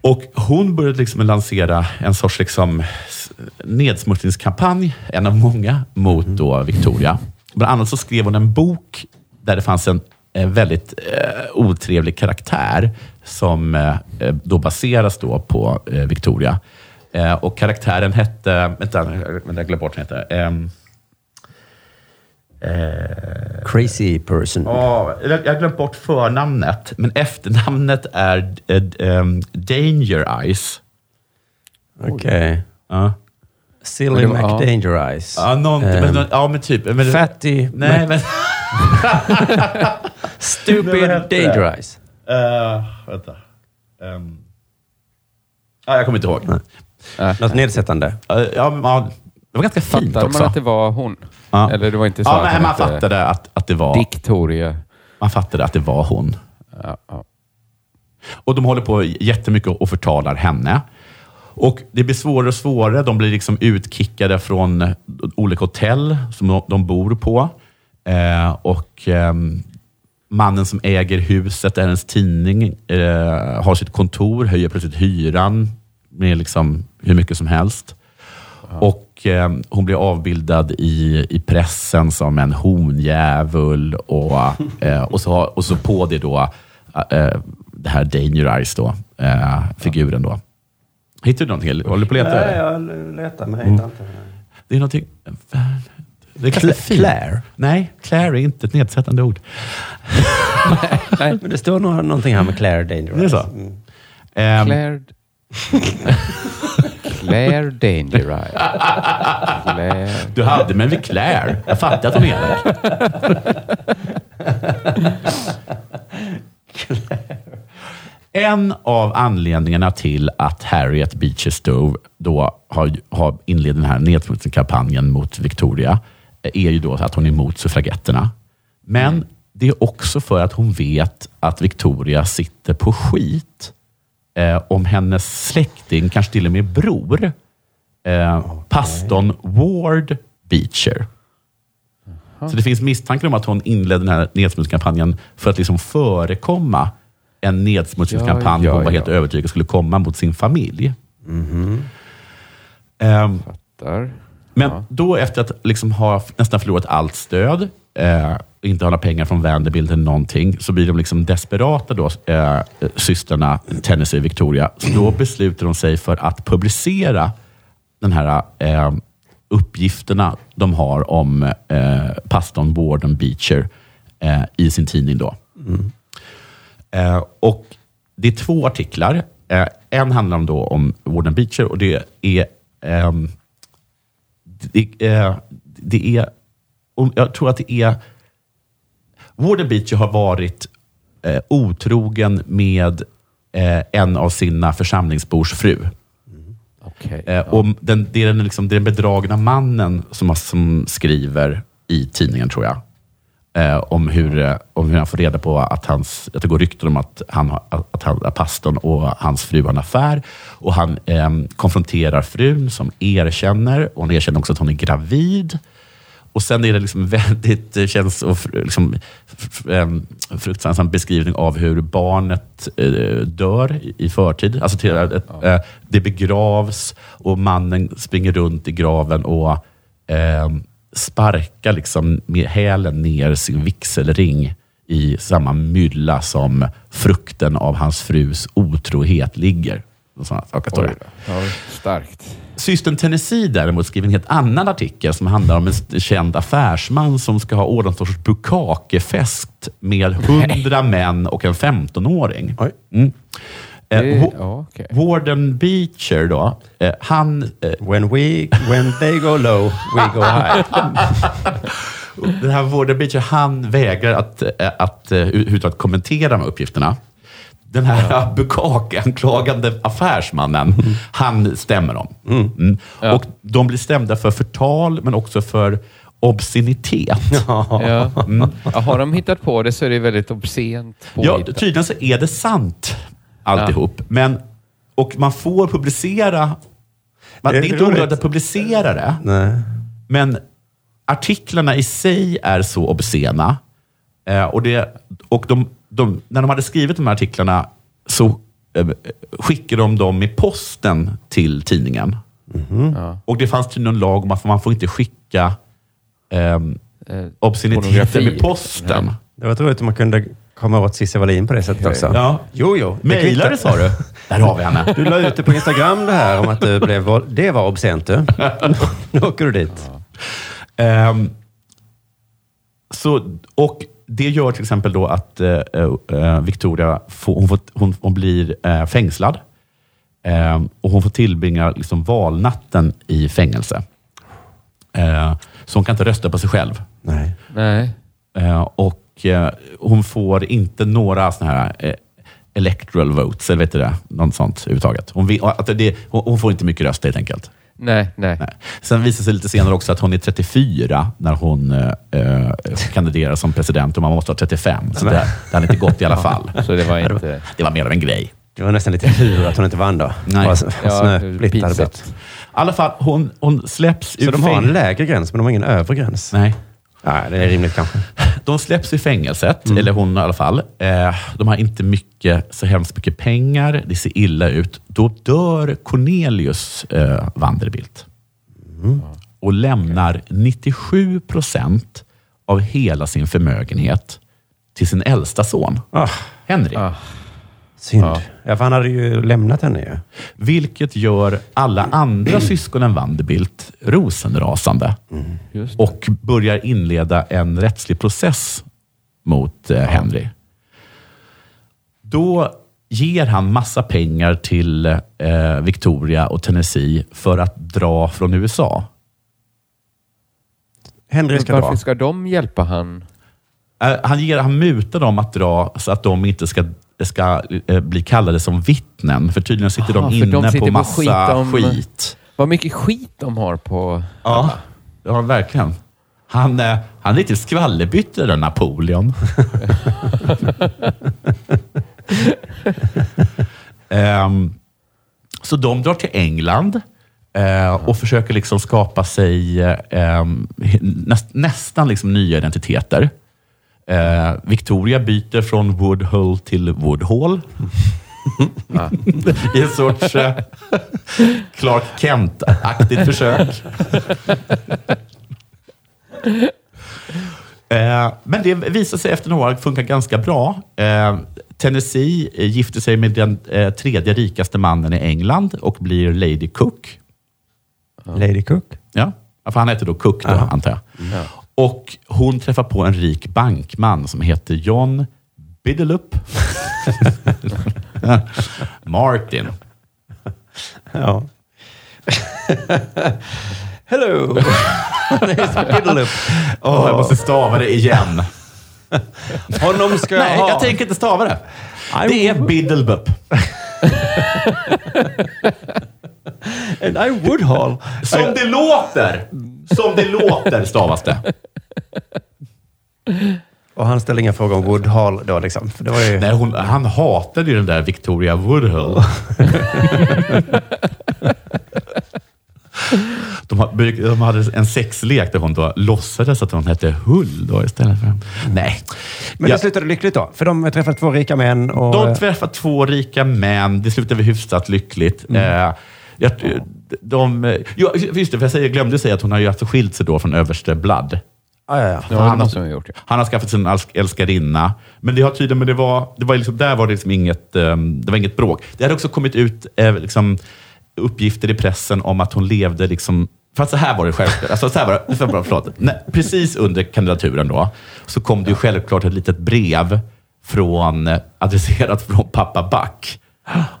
A: Och hon började liksom lansera en sorts liksom s- nedsmutsningskampanj, en av många, mot
C: Mm.
A: då Victoria. Bland annat så skrev hon en bok där det fanns en eh, väldigt eh, otrevlig karaktär som eh, eh, då baseras då på eh, Victoria. Eh, och karaktären hette, vänta, vänta jag glömde bort vad den hette. Ehm, eh,
B: Crazy person.
A: Ja, Ah, jag jag har glömt bort förnamnet, men efternamnet är eh, d- ehm, Danger Eyes.
B: Okej.
C: Ah.
A: Ja.
B: Silly
C: Men det var-
B: McDanger Eyes.
A: Ja, Ah, någon,
B: Ehm,
A: men, ja men typ. Men,
B: Fatty,
A: Nej, men...
B: stupid,
A: Men vad hette det?
B: danger eyes.
A: Eh, vänta. Ehm. ja, jag kommer inte ihåg.
B: Nej.
C: Äh,
B: Något nedsättande.
A: Eh, ja, men, ja, det var ganska fint
C: fattade
A: också.
C: man att det var hon?
A: Ja.
C: Eller det var inte så
A: ja,
C: att
A: men
C: hon
A: man
C: hette
A: fattade att, att det var...
C: Diktoria.
A: Man fattade att det var hon.
C: Ja, ja.
A: Och de håller på jättemycket och förtalar henne. Och det blir svårare och svårare. De blir liksom utkickade från olika hotell som de- de bor på. Eh, och ehm, mannen som äger huset, där hennes tidning, eh, har sitt kontor, höjer plötsligt hyran med liksom hur mycket som helst. Och eh, hon blir avbildad i, i pressen som en honjävul och, eh, och, så, har- och så på det då eh, det här Danger Eyes då, eh, figuren då. Hittar du någonting? eller? Håller du på att leta? eller?
B: jag letar men jag hittar inte.
A: Det är någonting... Det är ganska
B: Cla-
A: fint.
B: Claire?
A: Nej, Claire är inte ett nedsättande ord.
B: Men det står nå- någonting här med Claire Danger
A: Det är
B: Eyes.
A: så? Ehm,
C: Claire... Claire Danger Eye. Claire...
A: Du hade mig vid Claire. Jag fattar att hon är elak. En av anledningarna till att Harriet Beecher Stowe då har, har inlett den här nedsmutsningskampanjen mot Victoria eh, är ju då att hon är emot suffragetterna. Men det är också för att hon vet att Victoria sitter på skit eh, om hennes släkting, kanske till och med bror, eh, pastorn Ward Beecher. Så det finns misstankar om att hon inledde den här nedsmutsningskampanjen för att liksom förekomma en nedsmutsningskampanj
C: Ja, ja,
A: hon var
C: ja. Mm-hmm.
A: helt övertygad skulle komma mot sin familj. Ehm,
C: Där.
A: men
C: Ja.
A: då efter att liksom ha nästan förlorat allt stöd, eh, inte ha några pengar från Vanderbilt eller någonting, så blir de liksom desperata då, eh, systrarna Tennessee och Victoria. Så då beslutar de sig för att publicera den här eh, uppgifterna de har om eh, pastorn Warden Beecher eh, i sin tidning då. Eh, och det är två artiklar. Eh, en handlar om, då om Warden Beecher och det är ehm, det, eh, det är... om- Jag tror att det är... Warden Beach har varit eh, otrogen med eh, en av sina församlingsbors fru.
C: Okej.
A: Eh, och den, det, är den liksom, det är den bedragna mannen som, har- som skriver i tidningen, tror jag, eh, om, hur, eh, om hur han får reda på att, hans, att det går rykten om att, han, har- att, att han, att pastorn och hans fru har en affär. Och han eh, konfronterar frun som erkänner, och hon erkänner också att hon är gravid. Och sen är det liksom väldigt eh, känns och fr- liksom, f- f- em, fruktansam beskrivning av hur barnet eh, dör i- i förtid. Alltså till, eh, eh, det begravs och mannen springer runt i graven och em, sparkar liksom med hälen ner sin vigselring i samma mylla som frukten av hans frus otrohet ligger. Och sådana saker står det.
C: Oj, ja, starkt.
A: Systern Tennessee däremot skriver en helt annan artikel som handlar om en st- känd affärsman som ska ha ordnat en sorts bukakefest med hundra män och en 15-åring.
B: Oj.
A: Mm. Eh,
C: Det-
A: Wa-
C: ja, okej.
A: Warden Beecher då, eh, han, eh,
B: When, we, when they go low, we go high.
A: den här Warden Beecher, han vägrar att, eh, att eh, överhuvudtaget kommentera de här uppgifterna. Den här ja. bukakanklagande affärsmannen, han stämmer dem. Mm.
C: Ja.
A: Och de blir stämda för förtal, men också för obscenitet.
C: Ja. Mm. Ja, har de hittat på det så är det väldigt obscent
A: Ja,
C: påhittat.
A: tydligen så är det sant alltihop. Men, och man får publicera... Man, det är
B: Är det
A: inte olagligt
B: roligt?
A: att publicera det,
B: Nej.
A: men artiklarna i sig är så obscena. Eh, och det, och de, de, när de hade skrivit de här artiklarna så eh, skickade de dem med posten till tidningen.
C: Ja.
A: Och det fanns tydligen en lag om att man får inte skicka ehm,
C: Eh,
A: obsceniteter
C: Pornografi.
A: med posten.
B: Det var roligt om man kunde komma åt Cissi Wallin på det sättet också.
A: Ja.
B: Jo, jo. det
A: Mejlade
B: kvittar.
A: sa du? Där har vi henne.
B: Du la ut det på Instagram det här om att du blev våld... Det var obscent du. Nu åker du dit.
A: Ehm, så, och det gör till exempel då att eh, eh, Victoria får, hon får, hon, hon blir eh, fängslad. Ehm, och hon får tillbringa liksom, valnatten i fängelse. Eh, så hon kan inte rösta på sig själv.
B: Nej.
C: Nej.
A: Eh, och eh, hon får inte några sådana här eh, electoral votes, eller vet du det? Något sånt överhuvudtaget. Hon, vi- att det, hon, hon får inte mycket röster helt enkelt.
C: Nej, nej.
A: Nej. Sen visar det sig lite senare också att hon är 34 när hon eh, eh, kandiderar som president och man måste vara 35. Så det, det hade inte gått i alla fall.
C: Så det var inte...
A: Det var mer av en grej.
B: Det var nästan lite tur att hon inte vann då.
A: Nej.
B: Bara
C: Ja,
B: snöpligt
C: pinsamt.
B: hade blivit.
A: I alla fall, hon, hon släpps
B: Så
A: ur
B: de har en
A: fäng-
B: lägre gräns, men de har ingen övre gräns.
A: Nej.
B: Nej, det är rimligt kanske.
A: De släpps i fängelset, eller hon i alla fall. Eh, de har inte mycket, så hemskt mycket pengar. Det ser illa ut. Då dör Cornelius eh, Vanderbilt och lämnar 97 procent av hela sin förmögenhet till sin äldsta son,
B: Ah,
A: Henry.
C: Ah.
B: synd.
C: Ja.
B: Ja. för han hade ju lämnat henne ju.
A: Vilket gör alla andra syskonen Vanderbilt rosenrasande
C: Just det.
A: och börjar inleda en rättslig process mot eh, Henry. Då ger han massa pengar till eh, Victoria och Tennessee för att dra från USA.
B: Henry ska
C: Varför
B: dra.
C: ska de hjälpa han?
A: Eh, han, ger, han mutar dem att dra så att de inte ska ska eh, bli kallade som vittnen, för tydligen sitter
C: Aha,
A: de
C: Ah, för de
A: inne
C: sitter
A: på
C: på
A: massa
C: skit om-
A: skit.
C: Vad mycket skit de har på...
A: Ja, ja verkligen. Han, eh, han är riktigt skvallerbytte den Napoleon. Ehm, så de drar till England eh, och försöker liksom skapa sig eh, ehm, näst, nästan liksom nya identiteter. Eh, Victoria byter från Woodhull till Woodhall. I en sorts eh, Clark Kent-aktigt försök. Eh, Men det visar sig efter några år funka ganska bra. Eh, Tennessee eh, gifter sig med den eh, tredje rikaste mannen i England och blir Lady Cook.
B: Lady Cook.
A: Ja, för han heter då Cook då,
B: Aha.
A: antar jag. Och hon träffar på en rik bankman som heter John Bidelup Martin.
B: Ja. Hello!
A: Åh, jag måste stava det igen.
B: Honom ska jag
A: Nej,
B: ha.
A: jag tänker inte stava det. oh. Det är Biddlebup.
B: And I would haul.
A: Som det låter! Som det låter stavas det.
B: Och han ställde inga frågor om Woodhall då liksom. För det var ju...
A: Nej, hon, han hatade ju den där Victoria Woodhull. De, ha- de hade en sexlek där hon då låtsades att hon hette Hull då istället för... Nej.
B: Men
A: Ja.
B: det slutade lyckligt då. För de träffade två rika män och...
A: De träffar två rika män. Det slutar väl hyfsat lyckligt. Eh, jag, de, ja, just det, för jag säger, glömde säga att hon har ju alltså skilt sig då från överste Blood.
B: Ah, Ja, ja, ja.
C: Ja, det måste hon ha gjort. ja.
A: Han har skaffat sin älsk- älskarinna. Men det har tydligen, men det var, det var liksom, där var det liksom inget, ehm, det var inget bråk. Det hade också kommit ut eh, liksom, uppgifter i pressen om att hon levde liksom Fast så här var det självklart. Alltså så här var det, för, förlåt. Nej, precis under kandidaturen då, så kom det ju självklart ett litet brev från, eh, adresserat från pappa Back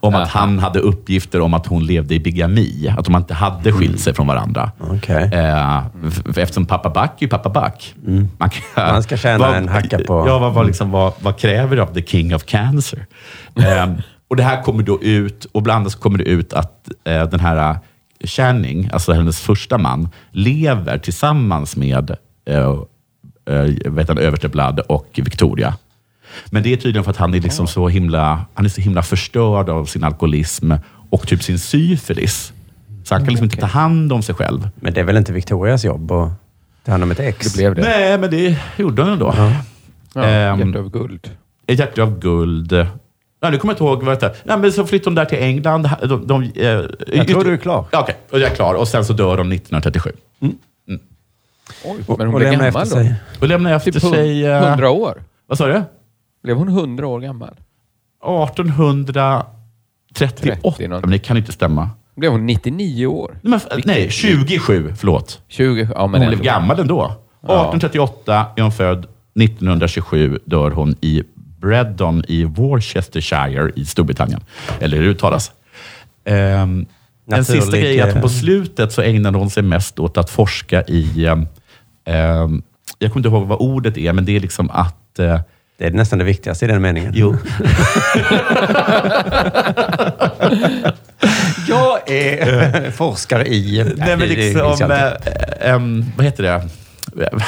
A: om att han hade uppgifter om att hon levde i bigami. Att de inte hade skilt sig från varandra.
B: Okej. Mm.
A: Eh, f- f- eftersom pappa Back är ju pappa Back. Man, kan,
B: Man ska tjäna en hacka på-
A: Ja, vad, vad, liksom, vad, vad kräver det av the king of cancer? Eh, och det här kommer då ut, och bland annat så kommer det ut att eh, den här eh, Channing, alltså hennes första man, lever tillsammans med eh, eh, vet han, överste Blood och Victoria. Men det är tydligen för att han är, liksom så himla, han är så himla förstörd av sin alkoholism och typ sin syfilis. Så han kan liksom inte ta hand om sig själv.
B: Men det är väl inte Victorias jobb att ta hand om ett ex?
C: Det blev det.
A: Nej, men det gjorde han ändå.
C: Ja,
A: Ehm.
C: Hjärta av guld.
A: Ett hjärta av guld. Nej, nu kommer jag inte ihåg. Vad det är. Nej, men så flyttade de där till England. De, de, eh,
B: Jag tror du är klar.
A: Ja, Okej, och jag är klar. Och sen så dör de 1937.
C: Oj,
B: Och,
C: men hon
B: och
C: blev
B: lämna
C: gammal
B: efter
C: då.
B: sig.
A: Och lämnar efter
C: Typ
A: sig...
C: hun-
A: eh,
C: 100 år.
A: Vad sa du?
C: Blev hon 100 år gammal?
A: 1838.
C: 30 någon.
A: men det kan inte stämma.
C: Blev hon 99 år?
A: Men, f- nej, 27. Förlåt.
C: 20? Ja, men
A: Hon blev
C: ändå.
A: gammal ändå. 1838 är hon född. 1927 dör hon i Breddon i Worcestershire i Storbritannien. Eller hur det uttalas. Ehm, en
B: Naturlig,
A: sista grej är att hon på
B: eh,
A: slutet så ägnade hon sig mest åt att forska i... ehm, ehm, jag kommer inte ihåg vad ordet är, men det är liksom att... eh,
B: Det är nästan det viktigaste i den meningen.
A: Jo. jag är...
B: Eh, Forskare i...
A: Nej, men
B: det- det finns ju
A: liksom,
B: alltid.
A: eh, em, vad heter det?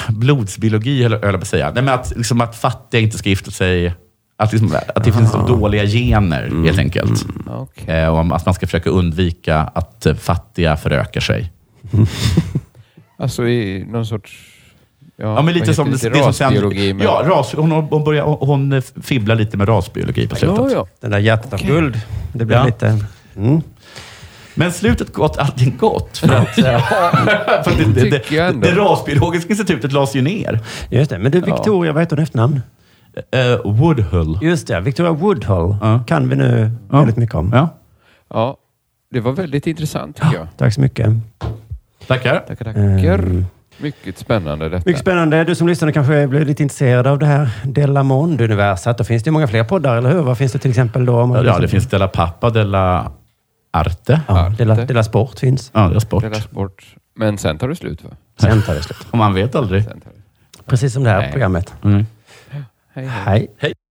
A: Blodsbiologi, höll höll jag på att säga. Nej, men att, liksom, att fattiga inte ska gifta sig. Att, liksom, att det
C: Ah.
A: finns dåliga gener,
C: Mm.
A: helt enkelt.
C: Okej.
A: Eh, och om- att man ska försöka undvika att eh, fattiga förökar sig.
C: Alltså i någon sorts...
A: Ja, men lite som...
C: lite
A: det som sen-
C: rasbiologi. men-
A: Ja, ras, hon, hon, börjar, hon, hon fibblar lite med rasbiologi på slutet.
C: ja, ja.
B: Den där hjärtat av guld. Det blev
A: Ja.
B: lite... Mm.
A: Men slutet gott, allting gott. För att, för att det, det,
C: tycker jag
A: det,
C: ändå.
A: det rasbiologiska institutet lades ju ner.
B: Just det. Men du, Victoria, vad heter hon i efternamn?
A: Eh, Woodhull.
B: Just det, Victoria Woodhull
A: Ja.
B: kan vi nu
A: Ja.
B: väldigt mycket om.
A: Ja,
C: ja, det var väldigt intressant tycker jag.
B: Tack så mycket.
A: tackar.
C: Tackar, tackar.
B: Ehm.
C: Mycket spännande detta.
B: Mycket spännande. Du som lyssnar kanske blir lite intresserad av det här Delamond-universet. Då finns det ju många fler poddar, eller hur? Vad finns det till exempel då? Om man
A: Ja,
B: lyssnar
A: det
B: på-
A: finns Della Pappa, Della Arte. Ja,
B: Ja, Dela, Dela Sport finns.
A: Della Sport.
C: Delas bort. Men sen tar det slut va?
B: Sen tar det slut.
A: Man vet aldrig.
C: Sen tar det.
B: Precis som det här
C: Nej.
B: programmet.
A: Mm.
C: Hej, hej.
B: Hej.